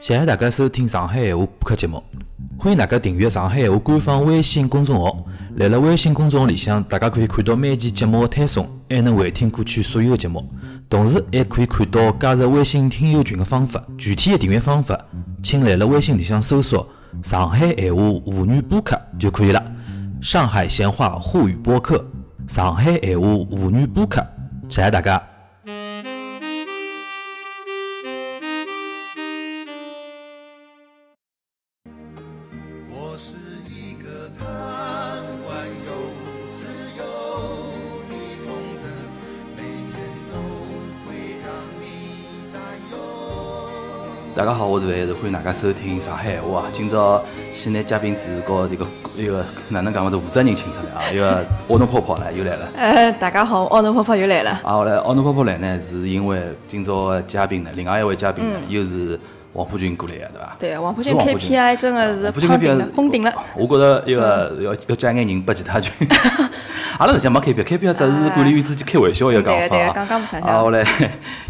谢谢大家收听上海闲话播客节目，欢迎大家订阅上海闲话官方微信公众号。辣辣微信公众号里向，大家可以看到每期节目的推送，还能回听过去所有的节目，同时还可以看到加入微信听友群的方法。具体的订阅方法，请辣辣微信里向搜索“上海闲话沪语播客”就可以了。上海闲话沪语播客，上海闲话沪语播客，谢谢大家。我是一个贪玩又自由的风筝，每天都会让你担忧。大家好，我是范是欢迎大家收听上海闲话啊。今朝先拿嘉宾主持和这个一个哪能讲法子负责人请出来啊，一个 奥侬泡泡来又来了。呃，大家好，奥能泡泡又来了。啊，后来奥侬泡泡来呢，是因为今朝的嘉宾呢，另外一位嘉宾呢，又是黄浦群过来的，对伐？嗯对，王浦是君黄浦群 KPI 真的不是就跟胖别顶人了，封顶了。嗯我觉着一个要要加眼人拨其他群。 阿拉实际上没 KPI，KPI 只是管理员之间开玩笑一个讲哎对对法刚刚不想想啊，后来，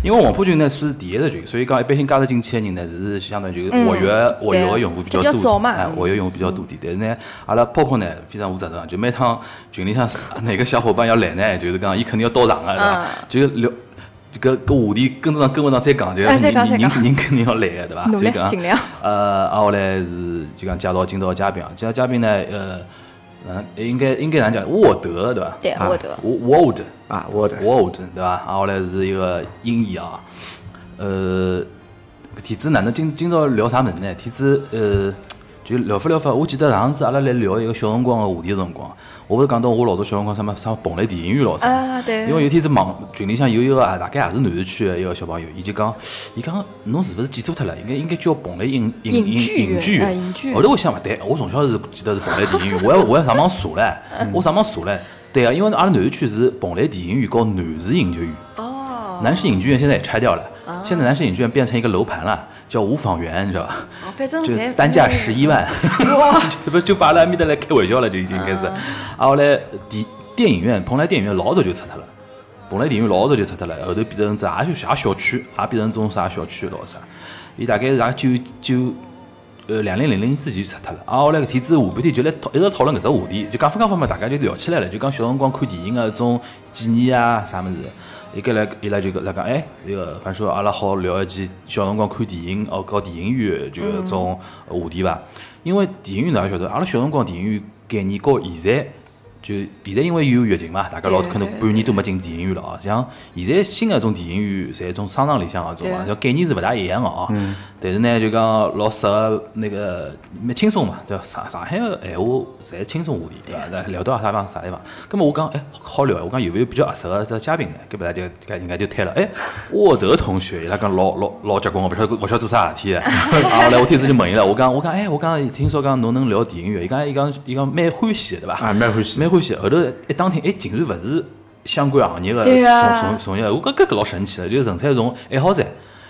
因为黄浦群呢是第一只群，所以讲一般性加入进去的人呢是相当于就是活跃活跃的用户比较嗯就比较早多，嘛哎，嗯活跃用户比较多点。但是呢，阿拉泡泡呢非常负责任，啊就每趟群里向 哪个小伙伴要来呢，就是讲伊肯定要到场的，对伐嗯？就是聊。这个搿话题跟得上跟勿上再讲，就是哎人再讲再人讲人肯定要来的，对伐？努所以力讲尽量。呃，啊，后来是就讲介绍今朝的嘉宾啊，今朝嘉宾呢，呃，嗯，应该应该哪讲？沃德对吧？对啊沃德沃沃德啊，我的， ，Ward 对吧？啊，后来是一个音译啊，呃，体子哪能今今朝聊啥物事呢？体子呃，就聊法聊法，我记得上次阿拉来聊一个小辰光的话题的辰光，我勿是讲到我老早小辰光什么什么蓬莱电影院咯啥。啊，对，因为有天子网群里向有一个啊，大概也是南市区的一个小朋友，伊就讲，伊讲侬是勿是记错脱了？应该应该叫蓬莱影影影剧影院剧啊影剧院后头我想勿对，我从小是记得是蓬莱电影院，我还我还上网查 嗯唻，我上网查唻。对啊，因为阿拉南市区是蓬莱电影院和南市影剧院，哦，南市影剧院现在也拆掉了，现在南市影剧院变成一个楼盘了，叫五坊园，你知道吧？哦反正就咱单价十一万， 这不就把阿拉埃面搭来开玩笑了，就已经开始。啊，后来电电影院，蓬莱电影院老早就拆脱了，蓬莱电影院老早就拆脱了，后头变成只也就啥小区，也变成种啥小区咯啥。伊大概是也九九呃两零零零之前就拆脱了。啊，后来搿天子下半天就来讨一直讨论搿只话题，就讲法讲法嘛，大家就聊起来了，就讲小辰光看电影个种纪念啊啥物事。伊个来伊拉就来讲，哎，那个反正说阿拉好聊一记小辰光看电影哦，搞电影院就嗯搿种话题伐。因为电影院哪晓得，阿拉小辰光电影院概念和现在。就现在因为有疫情嘛，大家老对可能对半年都没进电影院了啊。像现在新的种电影院，侪种商场里向啊种啊，对就概念是勿大一样个哦。嗯但是呢，就讲老适合那个蛮轻松嘛，对伐？上上海个闲话侪轻松话题，对伐？来聊到啥地方啥地方。咁么我讲，哎，好聊，我讲有没有比较合适个这嘉宾呢？搿本来就搿人家就推了，哎，沃德同学，伊拉讲老老老结棍，勿晓得勿晓得做啥事体的。 啊，后来我天子就问伊拉，我讲我讲，哎，我讲听说讲侬能聊电影院，伊讲伊讲伊讲蛮欢喜的，对伐？啊，蛮欢喜。蛮欢喜。后头一当听，哎，竟然勿是相关行业的对从啊从从业，我觉搿个老神奇了，就是纯粹从爱好者。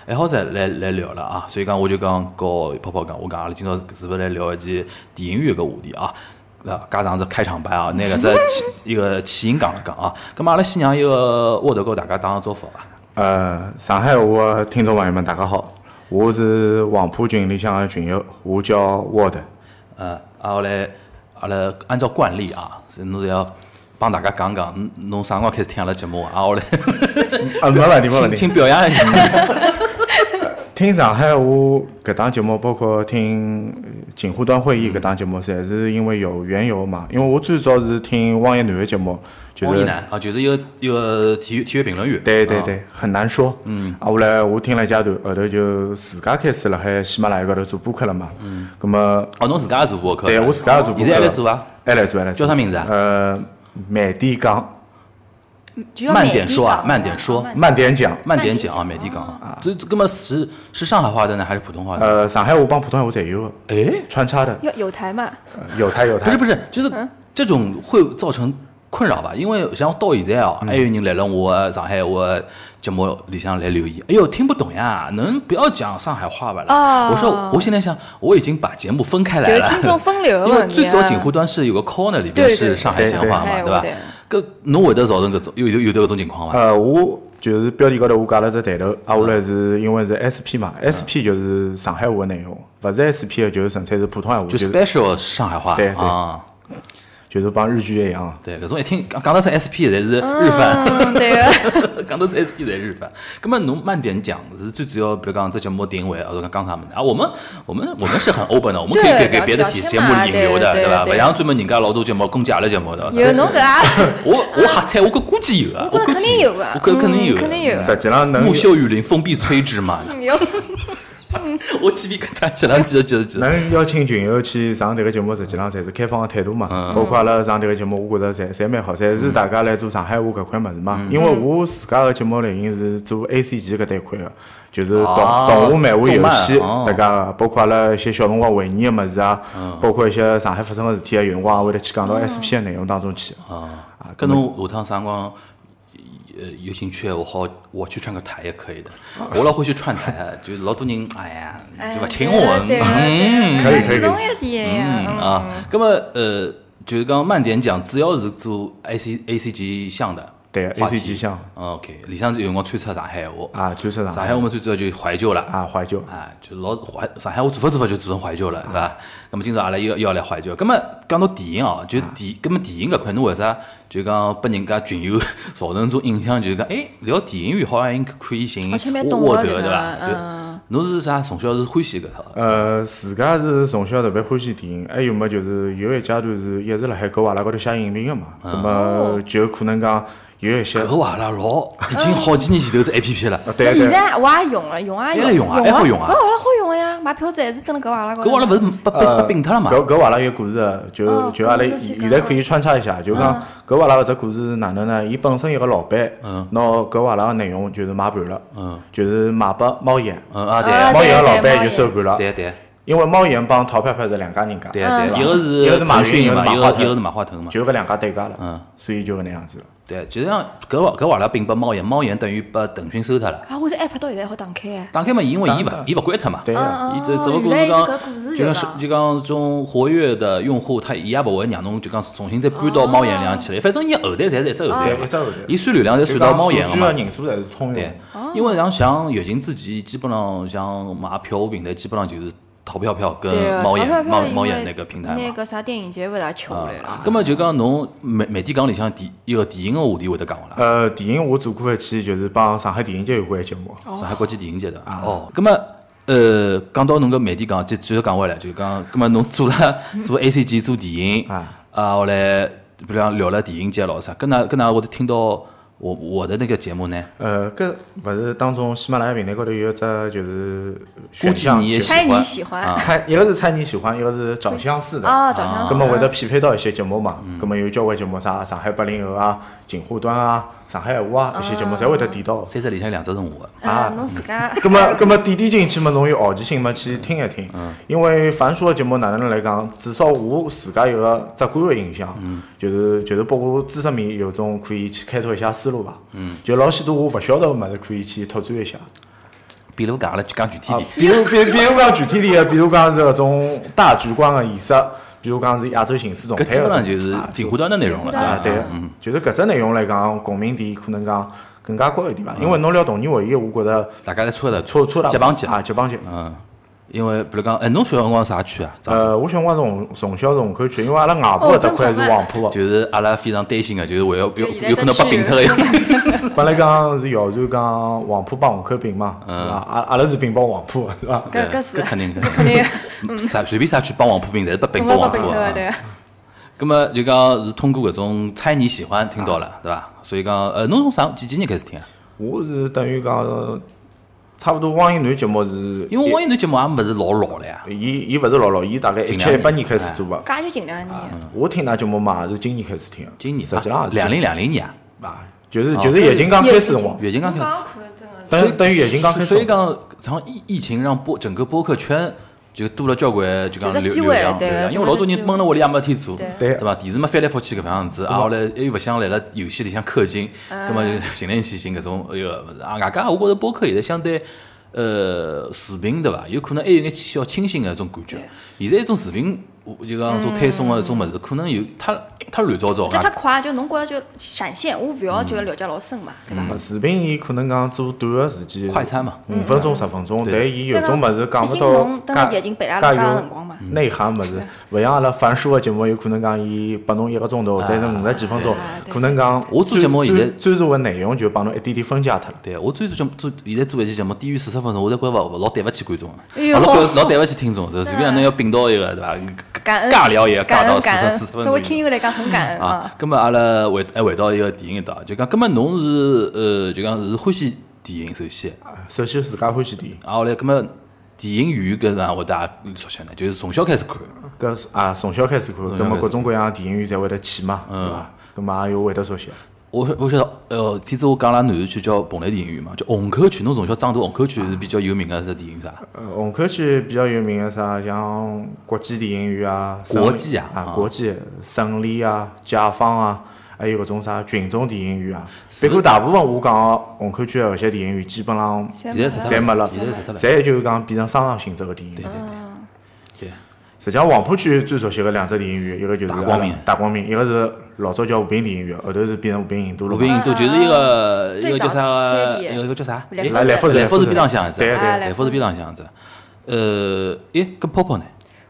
爱好者来来聊了啊，所以讲我就讲告泡泡讲，我讲阿拉今朝是勿是来聊一件电影院个话题啊？啊，加上这开场白啊，那个这起 一个起因讲了讲啊，咁嘛阿拉先让一个沃德告大家打个招呼吧。呃，上海话的听众朋友们，大家好，我是黄浦群里向的群友，我叫沃德。呃，啊后来阿拉按照惯例啊，是侬是要帮大家讲讲嗯侬啥辰光开始听阿拉节目啊？啊后来啊，没问题，没问请题。请表扬一下。 听上海话搿档节目，包括听呃锦湖端会议搿档节目，侪是因为有缘由嘛。因为我最早是听汪一楠的节目，就王一是楠啊，就是一个一个体育体育评论员。对对啊，对，很难说。嗯，啊，后来我听了一阶段，后头就自家开始辣海喜马拉雅高头做播客了嘛。嗯，咁么哦，侬自家也做播客？对我自家也做播客现在还在做啊？还来做还来做。叫啥名字啊呃，慢点讲，就要慢免点疫说啊岗慢点说慢慢点讲。慢点讲啊，慢点讲啊。这这根本是是上海话的呢，还是普通话的？呃，上海话帮普通话侪有的，哎，穿插的，要有台嘛，呃有他有不他是。不是，嗯就是这种会造成困扰吧？因为像到现在嗯啊，还有人来了我上海我节目里向来留言，哎呦听不懂呀，能不要讲上海话吧啦？啊我说我现在想，我已经把节目分开来就是了，听众分流 因为问最题早锦湖端是有个 corner 里边对对是上海对闲对话嘛，对对吧对？搿侬会得造成搿种有有有得搿种情况伐？呃，我就是标题高头我讲了只抬头，挨下啊来是因为是 SP 嘛，SP 就是上海话的内容，勿是 SP 的就是纯粹是普通闲话，就就是 special 上海话对对啊，就是帮日剧一样。对，搿种一听讲讲到是 SP 侪是日番。 嗯，对个，讲到这 SP 侪日番，葛么侬慢点讲，是最主要，比如讲这节目定位，或者讲讲啥物事啊？我们我们我们是很 open 的，我们可以给对给别的聊节天节目嘛引对流的，对吧？勿对像专门人家老多节目攻击阿拉节目的。 有侬搿啊，我我瞎猜，我搿估计有啊，我觉估得肯定计有我啊，搿肯定有嗯的，肯定有嗯实际上能木秀于林，风必摧之嘛。有， 我记得搿搭前两记得记得记得。能邀请群友去上迭个节目，实际上侪是开放个态度嘛。嗯包括阿拉上迭个节目，我觉着侪侪蛮好，侪是大家来做上海话搿块物事嘛。嗯因为我自家个节目类型是做 A C G 搿搭一块个，就是动啊动画、漫画、动游漫戏哦嗯大家个，包括阿拉一些小辰光回忆个物事啊，包括一些上海发生个事体啊，有辰光也会得去讲哦到 S P 个内容当中去。啊，搿侬下趟啥辰光？呃，有兴趣我好，我去串个台也可以的。啊我老欢喜串台， 就老多人，哎呀，就勿请我。对个，嗯，可以可以可以侬一点呀，嗯 啊，那么呃，就是刚刚慢点讲，主要是做 A C A C G 项的对话题 AC 级项嗯，OK，里向有辰光穿插上海话，啊，就是上上海话嘛最主要就是怀旧了啊，怀旧。啊，就老怀上海话做法做法就做成怀旧了，对伐？那么今朝阿拉又又要来怀旧，那么讲到电影哦，就电，那么电影搿块侬为啥就讲拨人家群友 造成种印象，就是讲哎聊电影院好像应该可以寻而且蛮沃哦懂沃的德对嗯对伐伐？就侬是啥从小是欢喜搿套的？呃，自家是从小特别欢喜电影，还有么就是有一阶段是一直辣海狗阿拉高头写影评个嘛，啊那哦么就可能讲有一些，搿个阿拉老已经好几年前头是 A P P 了。啊对那啊现对啊，在我也用了，用啊还来用啊还好用啊搿阿拉好用个呀，买票子还是蹲辣搿阿拉高头。搿阿拉勿是被被被并脱了嘛？呃搿搿阿拉有故事的，就哦就阿拉搿侬先现讲在伐可以穿插一下，就啊讲搿阿拉搿只故事是哪能呢？伊本身一个老板，嗯拿搿阿拉个内容就是买盘了，就是卖拨猫眼，嗯啊对啊啊猫眼个对老板猫就眼收盘了，对啊对啊因为猫眼帮淘票票是两家人家，对啊对啊，嗯一个是一个是马腾云讯一个是嘛，马一化个腾一个是马化腾嘛。就搿两家对家嗯了，所以就搿能样子了。对，啊就像搿瓦搿瓦拉并拨猫眼，猫眼等于拨腾讯收脱了。啊，我这 app 到现在还好打开哎。打开嘛，因为伊勿当伊勿关脱嘛。对啊哦啊伊只只不过原来讲是搿故，就事就讲讲是就讲种活跃的用户，他伊也勿会让侬就讲重新再搬哦到猫眼里向去了。反正伊后台侪是一只后台对嘛一只后台伊算流量侪算到猫眼就个讲数据嘛个。啊人数侪是通用的对。，因为像像疫情之前，基本上像买票务平台，基本上就是淘票票跟对啊，猫眼淘票猫票因为猫眼那个平台嘛啊那。个啥电影节勿大吃下来了。啊咁么就讲侬每每天讲里向电一个电影个话题会得讲伐啦？呃，电影我做过一期，就是帮上海电影节有关一节目。上海国际电影节对啊伐？哦，咁么呃，讲到侬搿每天讲，就继续讲回来，就讲，咁么侬做 了做 A C G 做电影啊，啊，后来比如讲聊了电影节咯啥，搿哪搿哪会得听到我我的那个节目呢？呃，搿勿是当中喜马拉雅平台高头有一只就是估选计项，你也就喜是猜欢你喜欢啊，猜，一个是猜你喜欢，一个是找相似的。啊，长相似。葛么会得匹配到一些节目嗯嘛？葛么有交关节目，啥上海八零后啊、锦湖端啊、上海话啊，一些节目侪会得点到。三只里向两只是我的，啊啊，侬自家 葛么，葛么点点进去嘛，侬有好奇心嘛，去听一听。因为樊叔个节目哪能来讲，至少我自家有个直观个印象，就是就是拨我知识面有种可以去开拓一下思路吧。就老许多我勿晓得个物事可以去拓展一下。比如讲阿拉讲具体啊点，，比如比比如讲具体点个，比如讲是搿种大局观个意识，比如讲是亚洲形势动态搿基本上搿种就是锦湖端的内容了嗯啊，对，就是搿只内容来讲，共鸣点可能讲更加高一点吧。因为侬聊童年回忆，我觉着大家侪搓的错错了嗯接帮接，啊，接帮接。嗯，因为比如讲，哎，侬小辰光啥区啊？张呃，我小辰光从从小从口区，因为阿拉外婆哦搿搭块是真好啊黄浦个，就是阿拉非常担心个，就是会要有就现在有可能被并脱个在区本来讲是谣传讲黄浦帮虹口并嘛，嗯对伐？阿阿拉是并帮黄浦个，是伐？搿对搿是 肯定的。肯定，啥随便啥去帮王普平，侪是被并总拨归王不普平头啊的。对。咁么就讲是通过搿种猜你喜欢听到了，对伐？所以讲，呃，侬从啥几几年开始听啊？我是等于讲差不多汪一男节目是，因为王一楠节目也勿是老老了呀，伊伊勿是老老，伊大概一近七一两八年年开始做吧。介就近两啊年，我听㑚节目嘛也是今年开始听的，今年实际上也是两零两零年啊，啊，就是就是疫情刚开始辰光，疫情刚刚开始，刚看真的。等等于疫情刚开始哦所以辰光，讲，像疫疫情让播整个播客圈就多了交关就讲就是流机流会量，对吧？就是因为老多人机会闷了屋里也没事体做，对对伐？电视嘛翻来覆去搿副样子，啊，后来又勿想辣辣游戏里向氪金，嗯葛么就寻来寻去搿种，哎哟，勿是啊，外加我觉着播客现在相对。呃，视频对伐？有可能还有眼小清新个种感觉。现在一种视频我就讲做推送个种物事，可能有太太乱糟糟嗯这太啊，快，就侬觉着就闪现，我勿要嗯就了解老深嘛，对伐？视频伊可能讲做短个时间，快餐嘛，五分钟十分钟，对但伊有种物事讲毕勿竟侬到等了夜景陪阿拉介介有辰光嘛。内涵物事，勿像阿拉樊叔个节目，有可能讲伊拨侬一个钟头，才是五十几分钟啊对，对可能讲我做节目专现在专专注个内容就帮侬一点点分解脱了。对，我最做节目做现在做一期节目，低于四十分钟，我侪觉着勿老对勿起观众，啊哎呦老对老对勿起听众，是随便侬要并到一个对伐？感恩尬聊也尬感到恩四感十恩四十分，作钟为以听友来讲很感恩啊啊。，咁么阿拉回还回到一个电影搭，就讲，咁么侬是呃，就讲是欢喜电影首先，首先自家欢喜点，啊，后来咁么电影院搿能会大家熟悉呢，就是从小开始看，搿是啊从小开始看，小葛开末始各种各样的电影院侪会得去嘛，对伐？葛末也有会得熟悉。我晓我晓得，呃，天子我讲了南市区叫蓬莱电影院嘛，就虹口区，侬从小长大虹口区是比较有名个是电影院啊啥？呃，虹口区比较有名个啥，像国际电影院啊，国胜利际啊啊啊，国际胜利啊，解放啊，还有搿种啥群众电影院啊。是不过大部分我讲的虹口区的搿些电影院，基本上现现在在是侪没了，现在是得了侪就是讲变成商场性质个电影院。对，实际上，黄浦区最熟悉个两只电影院，一个就是大光明阿拉大光明，一个是老早叫和平电影院，后头是变成和平影都鲁了滨嘛。影都就是一啊个一个叫啥个，最早一个叫啥？三 D 诶来来福士来福来福士士边浪向一只，对对啊来来福福士士边浪向一只，呃，诶，跟泡泡呢？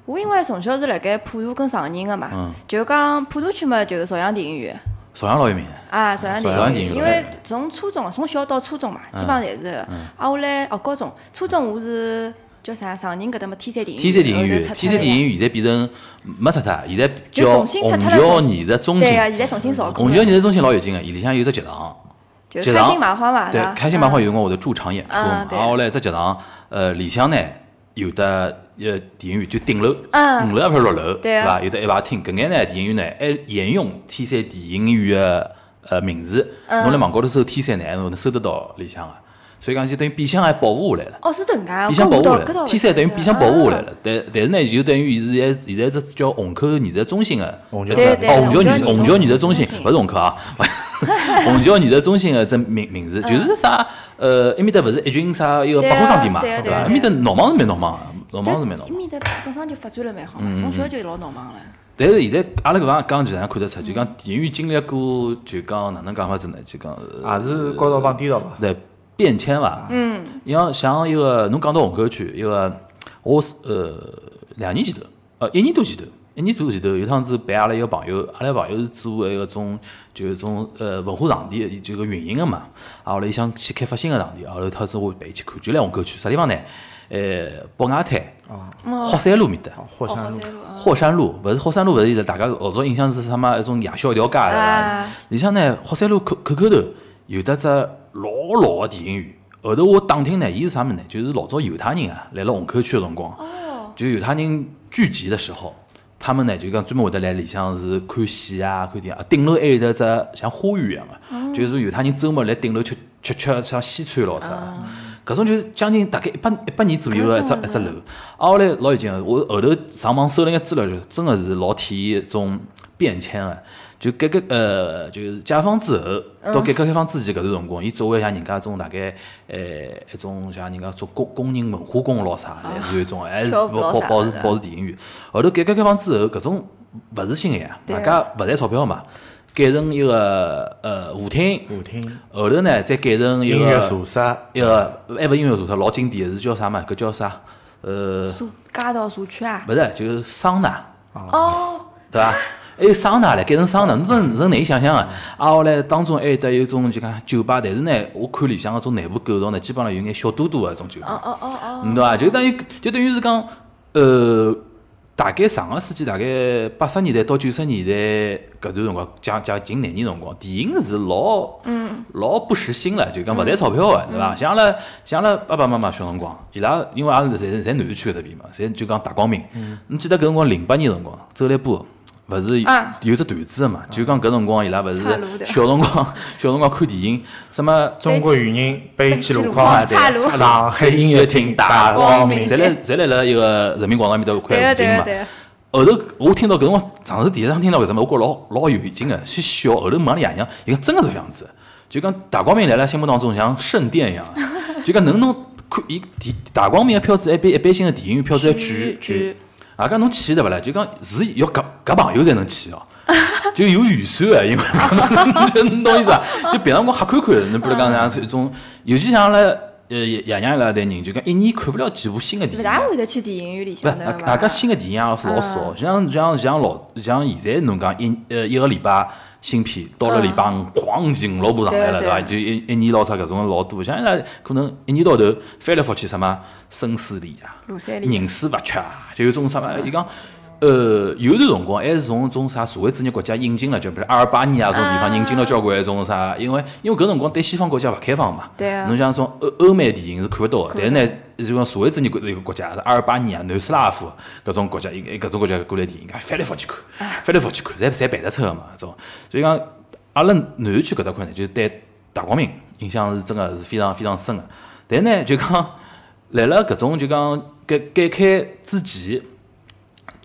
我因为从小是辣盖普陀跟上宁个嗯嘛，就讲普陀区嘛，就是朝阳电影院朝阳老有名的，啊，朝阳朝阳电电影影院。院因为从初中从小到初中嘛，基本上侪是嗯的。啊，我来哦高中、初中我是叫啥？上宁搿搭嘛天山电影天山电影院，后头拆天山脱了电影院现在变成没拆脱，现在就叫重新拆虹脱了桥重新艺术中对心呀，。现在重新造虹过桥了，艺术中心老有劲个，啊伊里向有只剧场，就是剧开场心麻花嘛，对伐？，开心麻花嗯有辰光会得驻场演出嘛啊。对然后嘞，只剧场，呃，里向呢有的呃电影院就顶楼，嗯五楼还是六楼，对啊是伐？有的一排厅，搿眼呢电影院呢呃还沿用天山电影院个呃名字，嗯侬辣网高头搜天山呢，侬能搜得到里向个。所以讲就等于变相还保护下来了。哦是等噶，变相我保护看不下到搿倒来，勿天山等于晓得变相保护下来啊了。但但是呢，就等于现在现在这叫虹口艺术中心的虹这桥只对哦对虹桥虹桥艺艺术虹桥艺术中心中心勿是虹口啊，虹桥艺术中心的这名名字嗯就是啥呃，埃面搭勿是一群啥一个对百货商啊店嘛，对啊对对啊伐？埃对面啊搭闹忙是蛮闹忙的，闹忙是蛮闹伊忙。面搭本身就发展了蛮嗯好嘛，从小就老闹忙了。但是现在阿拉搿方讲起来看得出，就讲电影院经历过，就讲哪能讲法子呢？就讲呃也啊是高潮帮低潮吧。对变迁伐。嗯，你像像一个侬讲到虹口区，一个我是呃两年前头，呃一年多前头，一年多前头有趟子陪阿拉一个朋友，阿拉朋友是做一个种就是种呃文化场地的就个运营个嘛，啊后来伊想去开发新个场地，啊后来他子我陪伊去看，就来虹口区啥地方呢？呃，宝雅滩、霍山路面搭。火哦山好路山路啊，霍山路勿是霍山路，勿是现在大家老早印象是啥么一种夜宵一条街的啊，里向呢霍山路口口口头有得只老老个电影院。后头我打听呢，伊是啥物事呢？就是老早犹太人啊，来了虹口区个辰光，哦就犹太人聚集的时候，他们呢就讲专门会得来里向是看戏啊、看电影啊。顶楼还有得只像花园一样个，就是犹太人周末来顶楼吃吃吃像西餐咯啥。搿种就是将近大概一百一百年左右个一只一只楼。啊，后来老有劲个，我后头上网搜了眼资料，就真个是老体现种变迁个、就改革呃，就是解放之后到改革开放之前搿段辰光，伊作为像人家种大概呃一种像人家做工工人文化宫咯啥的，还是一种哎还是跳保舞咯保保啥持的保持电影院。后头改革开放之后，搿种勿是新个呀，对啊大家勿赚钞票嘛，改成一个呃舞厅，舞厅、后头呢再改成一个音乐茶室。一个还勿音乐茶室老经典的是叫啥嘛？搿叫啥？呃，社街道社区啊。勿是，就是桑拿，哦，对伐？还有桑拿唻，改成桑拿，侬是是难以想象个。啊，后来当中还有得有种就讲酒吧，但是呢，我看里向搿种内部构造呢，基本上有眼小嘟嘟个种酒吧哦，哦哦哦，侬懂伐？嗯就等于就等于是讲，呃，大概上个世纪大概八十年代到九十年代搿段辰光，将将近廿年辰光，电影是老嗯老不时兴了，就嗯讲勿赚钞票个，对伐？像阿拉像阿拉爸爸妈妈小辰光，伊拉因为阿拉侪侪南市区搿搭边嘛，侪就讲大光明。嗯侬记得搿辰光零八年辰光，周立波。勿是啊有只段子个嘛？就讲搿辰光伊拉勿是岔路的小辰光小辰光看电影，什么中国语音被记啊录框对岔路 上海音乐厅大光明。侪来侪来了一个人民广场面搭有块对个啊舞对厅个嘛。对个，后头我听到搿辰光，上次第一趟听到搿什么，我觉哦老老有劲个，去笑。后头问阿拉爷娘，伊讲真个是搿样子，就讲大光明来了心目当中像圣殿一 样，就讲能弄看伊电大光明个票子还比一般性个电影院票子要贵巨贵。啊，讲侬去对勿啦？就讲是要搿搿朋友才能去哦，就有预算个，因为侬懂意思伐？就别辰光瞎看看，侬比如讲像是一种，尤其像阿拉呃爷爷娘伊拉一代人，就讲一年看勿了几部新个电勿影。大会得去电影院里不，向大的大嘛家。新的电影也是老少，像像像老像现在侬讲一呃一个礼拜新片，到了礼拜五哐进五六部上来了，对对伐？对就一一年老啥搿种老多，像伊拉可能一年到头翻来覆去什么生死恋啊、庐山里人死勿缺啊，就有种啥么，伊讲。呃，有段辰光还是从种啥社会主义国家引进了，就比如阿尔巴尼亚这种地方引进了交关一种啥，因为因为搿辰光对西方国家勿开放嘛，对啊侬像种欧欧美电影是看勿到的，但是看不呢，就讲社会主义国一个国家，是阿尔巴尼亚、南斯拉夫搿种国家，一个搿种国家过来电影，翻来覆去看，哎翻来覆去看，侪侪办得出个嘛，种。所以讲，阿拉南区搿搭块呢，就是对大光明印象是真个是非常非常深个。但呢，就讲辣辣搿种就讲改改开之前。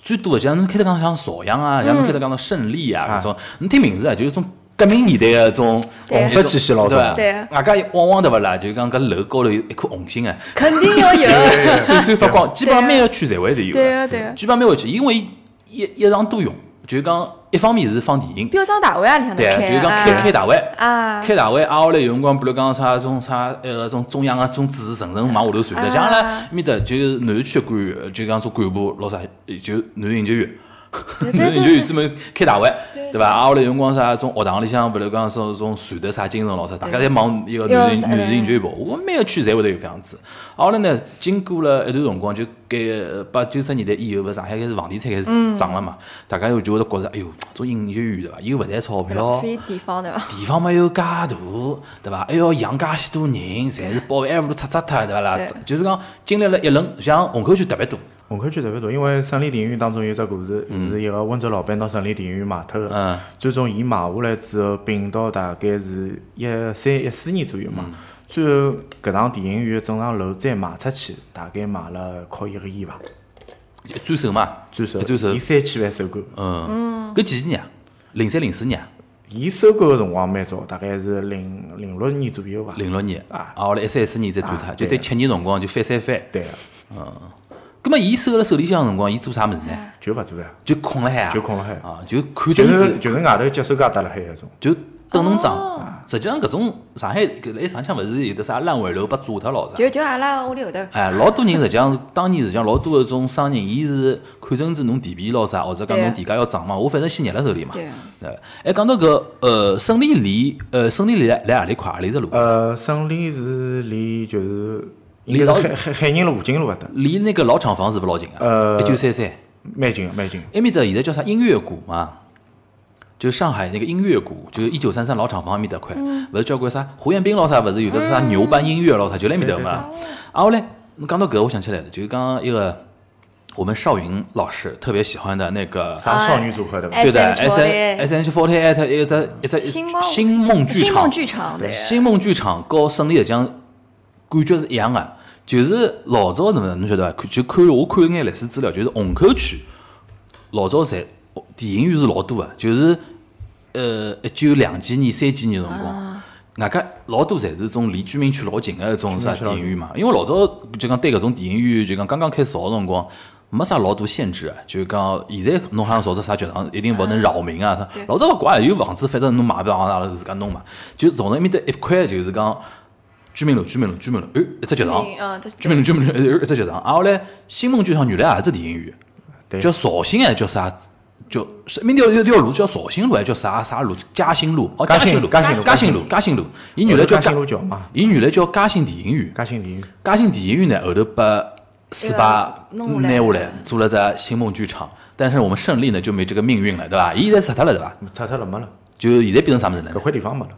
最多的像侬开头讲像邵阳啊，嗯像侬开头讲到胜利啊，搿种侬听名字啊，就是种革命年代个种对红色气息老对重伐？对啊外加往往对勿啦？就讲搿楼高头有一颗红星哎，肯定要 有，闪闪发光，基本上对啊每个区侪会得有。对啊对啊基本上每个区，因为伊一一场多用，就是讲一方面是放电影，表彰大会啊里向头对啊，就是讲啊开开大会。啊，开大会，挨下来有辰光，比如讲啥种啥呃种中央啊种指示层层往下头传的，像阿拉啊面搭就是南区的官员，就讲种干部老啥，呃就南研究院。对 侬对就对有对，专门开大会对，对伐？啊，后来有辰光啥，从学堂里向，比如讲说种传的啥精神咯啥，大家侪忙一个要男人在男人研究部，我每个区侪会得有搿样子。啊后来呢，经过了一段辰光，就改八九十年代以后，勿是上海开始房地产开嗯始涨了嘛，大家又就会得觉着，哎哟，种研究院对伐？又勿赚钞票。非地方对伐？地方嘛又介大，对伐？还要养介许多人，侪是保安还勿如拆拆脱，对伐啦对？就是讲经历了一轮，像虹口区特别多，虹口区特别多，因为胜利电影院当中有只故事，是一个温州老板拿胜利电影院卖脱嗯个，最终伊买下来之后，并到大概是一三一四年左右嘛。最后搿幢电影院整幢楼再卖出去，大概卖了靠一个亿伐，转手嘛，最少一转手伊，三千万收购，嗯，搿几几年啊？零三零四年啊，伊收购个辰光蛮早，大概是零零六年左右伐。零六年啊啊，后来一三一四年再转脱，啊就对对七年辰光就翻三番。对个，啊葛末伊收了手里向的辰光，伊做啥物事呢？就勿做了，就空了海啊，就空了海啊，就看就电是视，就是外头接手介搭辣海一种。就等侬涨。实际上搿种上海搿来上海勿是有得啥烂尾楼被炸脱咯啥？就就阿拉屋里后头，哎，老多人实际上是当年实际上老多搿种商人，伊是看准子侬地皮咯啥，或者讲对啊侬地价要涨嘛，我反正先捏辣手里嘛。对呃，哎，讲到搿呃，胜利离呃，胜利离来来何里块？何里只路？呃，胜利是离就是离应该老是海海海宁路武进路搿啊搭，离那个老厂房是勿是老近啊？呃一九三三。蛮近蛮近。埃面搭现在叫啥音乐谷嘛，就是上海那个音乐谷，就是一九三三老厂房埃面搭块，嗯勿是交关啥胡彦斌老啥，勿是有的是啥牛班音乐咯啥，就辣埃面搭嘛。啊，后来侬讲到搿，我想起来了，就是刚刚一个我们邵云老师特别喜欢的那个。啥少女组合对伐？哎对的 SH ，S N SH S N H forty eight 一只一只星梦星梦剧星场梦，剧场对，星梦剧场和胜利实际上感觉是一样的、就是老早怎么样侬晓得伐？看就看我看一眼历史资料，就是虹口区老早侪电影院是老多的、就是呃一九两几年、三几年辰光。外加老多侪是种离居民区老近的一种啥居民区老电近影院嘛，因为老早就讲对搿种电影院就讲刚刚开始造的辰光，没啥老多限制啊，就是讲现在侬好像造只啥剧场，一定勿能扰民啊，啥对老早勿怪，有房子反正侬买勿上，阿拉自家弄嘛，就造成埃面搭一块就是讲居民楼、居民楼、居民楼，哎，一只剧场，嗯，这居民楼、居民楼，哎一只剧场，啊后来新梦剧场原来也是电影院。对，叫绍兴还叫啥？叫什么条条条路叫绍兴路还叫啥啥路？嘉兴路哦，嘉嘉兴兴路，嘉兴兴路嘉兴路，嘉兴路。伊原来叫嘉兴路桥嘛，伊原来叫嘉兴电影院。嘉兴电影院嘉兴电影院呢，后头把四八那个弄拿下来下来，做了只星梦剧场。但是我们胜利呢就没这个命运了，对吧？伊现在拆掉了，对吧？拆脱了没了，就现在变成啥么子了搿？块地方没了，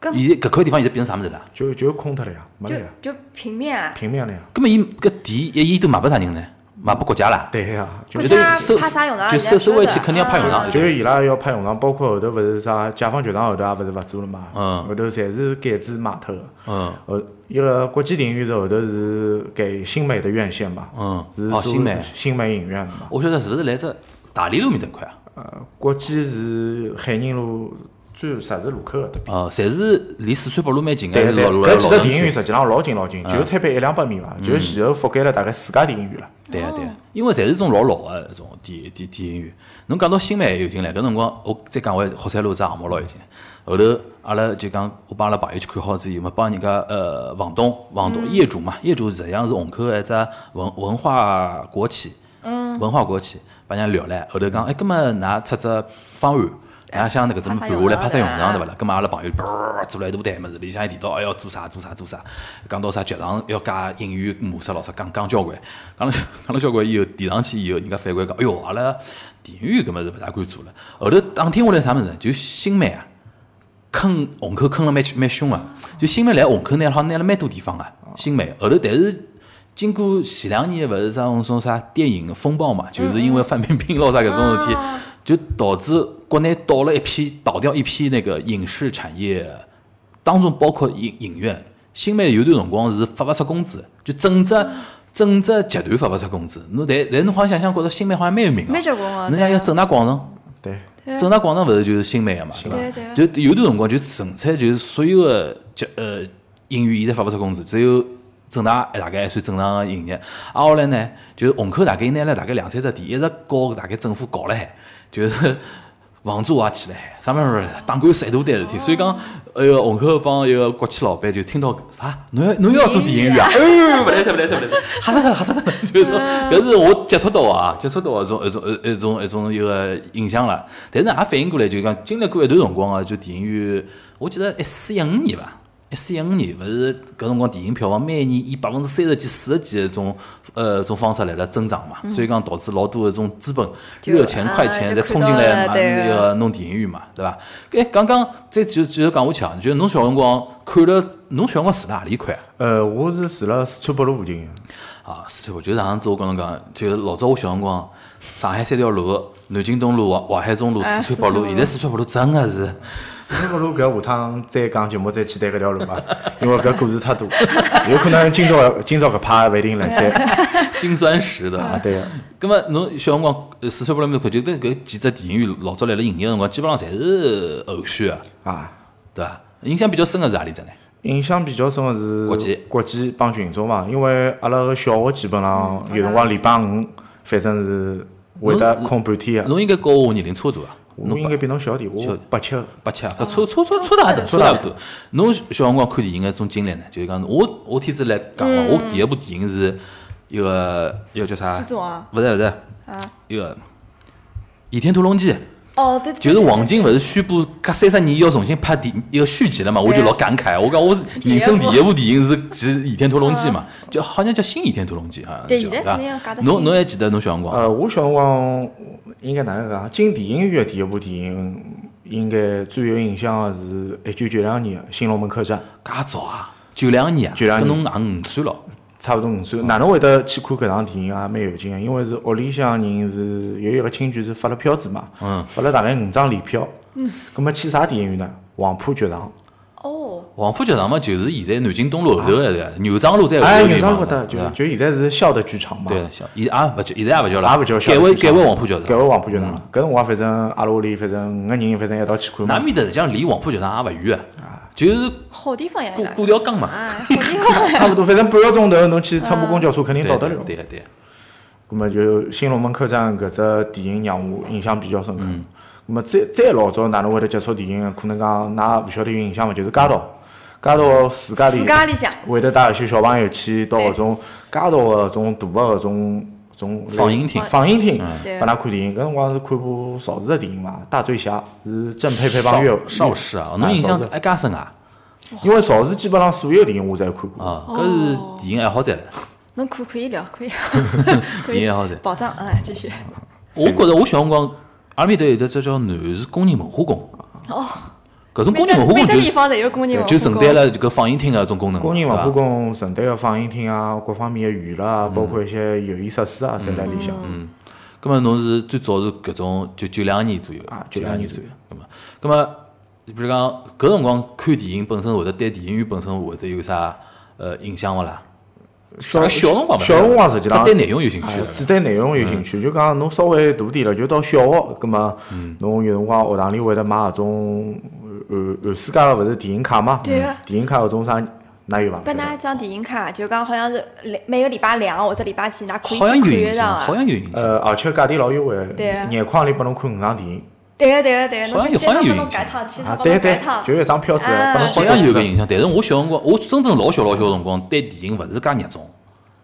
根现在搿块地方现在变成啥么子了？就就空脱了呀，没了呀，就就平面啊，平面了呀。那么伊搿地一亿都卖拨啥人呢？卖拨国家啦。对呀，就国就家得收派啥用场就人收家收回晓去得肯定要派用场啊就伊拉要派用场，包括后头勿是啥解放剧场后头也勿是勿做了嘛，嗯后头侪是改制卖脱个。嗯，后一个国际电影院是后头是给新美的院线嘛，啊嗯是哦做新美新美影院的嘛。我晓得是勿是来只大理路面搭块啊？呃，国际是海宁路最十字路口搿搭边。呃，侪是离四川北路蛮近的，对对，老老老搿几嗯只城电影区院实际上老近老近，就推北一两百米嘛，嗯就前头覆盖了大概四家电影院了。对啊对啊，因为侪是种老老个搿种电电电影院。侬讲到新美有进来，搿辰光我再讲回霍山路只项目咯已经。后头阿拉就讲，我帮阿拉朋友去看好之后嘛，帮人家呃房东房东业主嘛，业主实际上是虹口个一只文文化国企，嗯，文化国企，帮人家聊唻。后头讲，哎，葛末㑚出只方案。㑚想那个怎么派办上下来用派上用场场的对勿啦？葛末阿拉朋友啵做了一大堆么子，里向还提到哎要做啥做啥做啥，讲到啥剧场要加影院模式咯，啥讲讲交关，讲了讲了交关以后提上去以后，人家反馈讲，哎哟，阿拉电影院搿么是勿大敢做了。后头打听下来啥么子呢，就新美啊，坑虹口坑了蛮蛮凶啊，就新美来虹口拿好像拿了蛮多地方啊，哦新美后头但是。经过前两年勿是啥种啥电影风暴嗯嘛，就是因为范冰冰咯啥搿种事体，就导致国内倒了一批倒掉一批那个影视产业，当中包括影影院。新美有段辰光是发勿出工资，就整嗯只整只集团发勿出工资。侬但但侬好像想想，觉着新美好像蛮有名个，蛮结棍个侬对像啊要正大广场，对，正大广场勿是就是新美个嘛，对啊对伐？啊就有段辰光就纯粹就是所有个就呃影院现在发勿出工资，只有正大大概还算正常个营业。啊，后来呢，就是虹口大概拿了大概两三只店，一直告大概政府告了海，就是。房租也起来，啥物事打官司一大堆事体，所以讲，哎哟，虹口帮一个国企老板就听到啥，侬要侬要做电影院啊？哎，勿来塞勿来塞勿来塞，吓死脱了吓死脱了！ 就是种，搿是我接触到啊，接触到一种一种一一种一种一个印象了。但是呢也反映过来，就是讲经历过一段辰光啊，就电影院，我记得一四一五年伐。一四一五年，勿是搿辰光电影票房每年以百分之三十几、四十几的种呃种方式来了增长嘛，所以讲导致老多的种资本嗯就热钱啊快钱就侪看冲到进来了买对啊那个弄电影院嘛，对伐？哎，刚刚再就就讲下去啊，就是侬小辰光看了，侬小辰光住辣何里块啊？呃，我是住辣四川北路附近的，啊，是我就是上趟子我跟侬讲，就是老早我小辰光，上海三条路、南京东路、淮海中路、哎四川北路，四川北路现在四川北路真的是，四川北路搿下趟再讲节目再去谈搿条路 伐？因为搿故事太多，有可能今朝 今朝搿趴勿 一定来塞。心酸史的 啊，啊。对个，咁么侬小辰光呃四川北路面头看，就但搿几只电影院老早来了营业的辰光，基本上侪是后续啊，啊。对伐？印象比较深的是何里只呢？印象比较深个是国际国际帮群众嘛，因为阿拉个小学基本上有辰光礼拜五，反正是会得空半天个。嗯侬应该跟我年龄差不多啊，我应该比侬小点，小我八七个。八七啊，哦搿差差差差大多，差大多。侬小辰光看电影个种经历呢？就是讲我我天子来讲嘛，嗯我第一部电影是一个一个叫啥？四种啊勿是勿是，一个《倚天屠龙记》。哦，对，对就是对王晶勿是宣布隔三十年要重新拍第一个续集了嘛，我就老感慨，我讲我是人生第一部电影是其实《倚天屠龙记》嘛，就好像叫《新倚天屠龙记》啊，嗯对叫现在肯定要伐加？得侬新侬还记得侬小辰光？呃，我小辰光应该哪能讲？啊进电影院的第一部电影，应该最有印象个是一九九两年个《新龙门客栈》，介早啊，九两年啊，九两跟年侬也五岁咯。差勿多五岁。哪能会得去看搿场电影啊也蛮有劲个，因为是屋里向人是有一个亲戚是发了票子嘛，嗯发了大概五张礼票。嗯。葛末去啥电影院呢？黄浦剧场。哦，黄浦剧场嘛，就是现在南京东路后头个，牛庄路在后头哎，个牛地庄方路嘛的，对就吧就现在是小的剧场嘛，对，啊像现在也勿叫，现在也勿叫了，也不叫小改的为剧改场为黄浦剧改场。为黄浦剧嗯场了。搿辰光反正阿拉屋里反正五个人反正一道去看那嘛，面搭实际上离黄浦剧场也勿远啊，就是好地方呀，过哎那过条江嘛。啊，好地方 差不多，反正半个钟头侬去乘部公交车肯定对到得了。对对对。葛么就《新龙门客栈》搿只电影让我印象比较深刻。嗯葛么再再老早哪能会得接触电影？可能讲㑚勿晓得有印象伐？就是街道，街道自家自里家里向会得带一些小朋友去到对搿种街道个搿种大个搿种搿种放映厅嗯放映厅对拨㑚看电影。搿辰光是看部邵氏个电影嘛，《大醉侠》是郑佩佩帮岳邵邵氏啊，侬印邵象氏还加深啊？因为邵氏基本上所有电影我侪看过。啊，搿是电影爱好者了。哦侬可可以聊，可 以聊，可电以影好的保障，哎，继续，我觉着我小辰光，阿面头有得只叫南是工人文化宫。哦，搿种每工只人文化每宫只地就方侪有工人文化就承宫担了这个放映厅个种功能嘛。工人文化对伐宫承担个放映厅啊，各方面个娱嗯乐啊，包括一些游艺设施啊，侪辣里向。葛么侬是最早是搿种就九两年左右啊九92两年左右。葛么，葛么，比如讲搿辰光看电影本身会得对电影院本身会得有啥呃影响勿啦？小大概小辰光嘛小辰光实际上只对内容有兴趣哎。只对内容有兴嗯趣，就讲嗯侬稍微大点了，就到小学，葛么侬有辰光学堂里会得买搿种按按世界个勿是电影卡嘛？对啊个电影卡搿种啥哪有伐？拨㑚一张电影卡，就讲好像是两每个礼拜两或者礼拜几，㑚可以好像有去看印一象，场好啊。像有印象。呃，而且价钿老优惠，对啊眼眶里拨侬看五场电影对个对个对个，好侬像就有经好像有常帮侬印搿象趟，经啊常！帮对侬搿对，趟。就一张票子，啊拨侬好去像有看个一次印象，但是我小辰光，我真正老小老小辰光对电影勿是介热衷。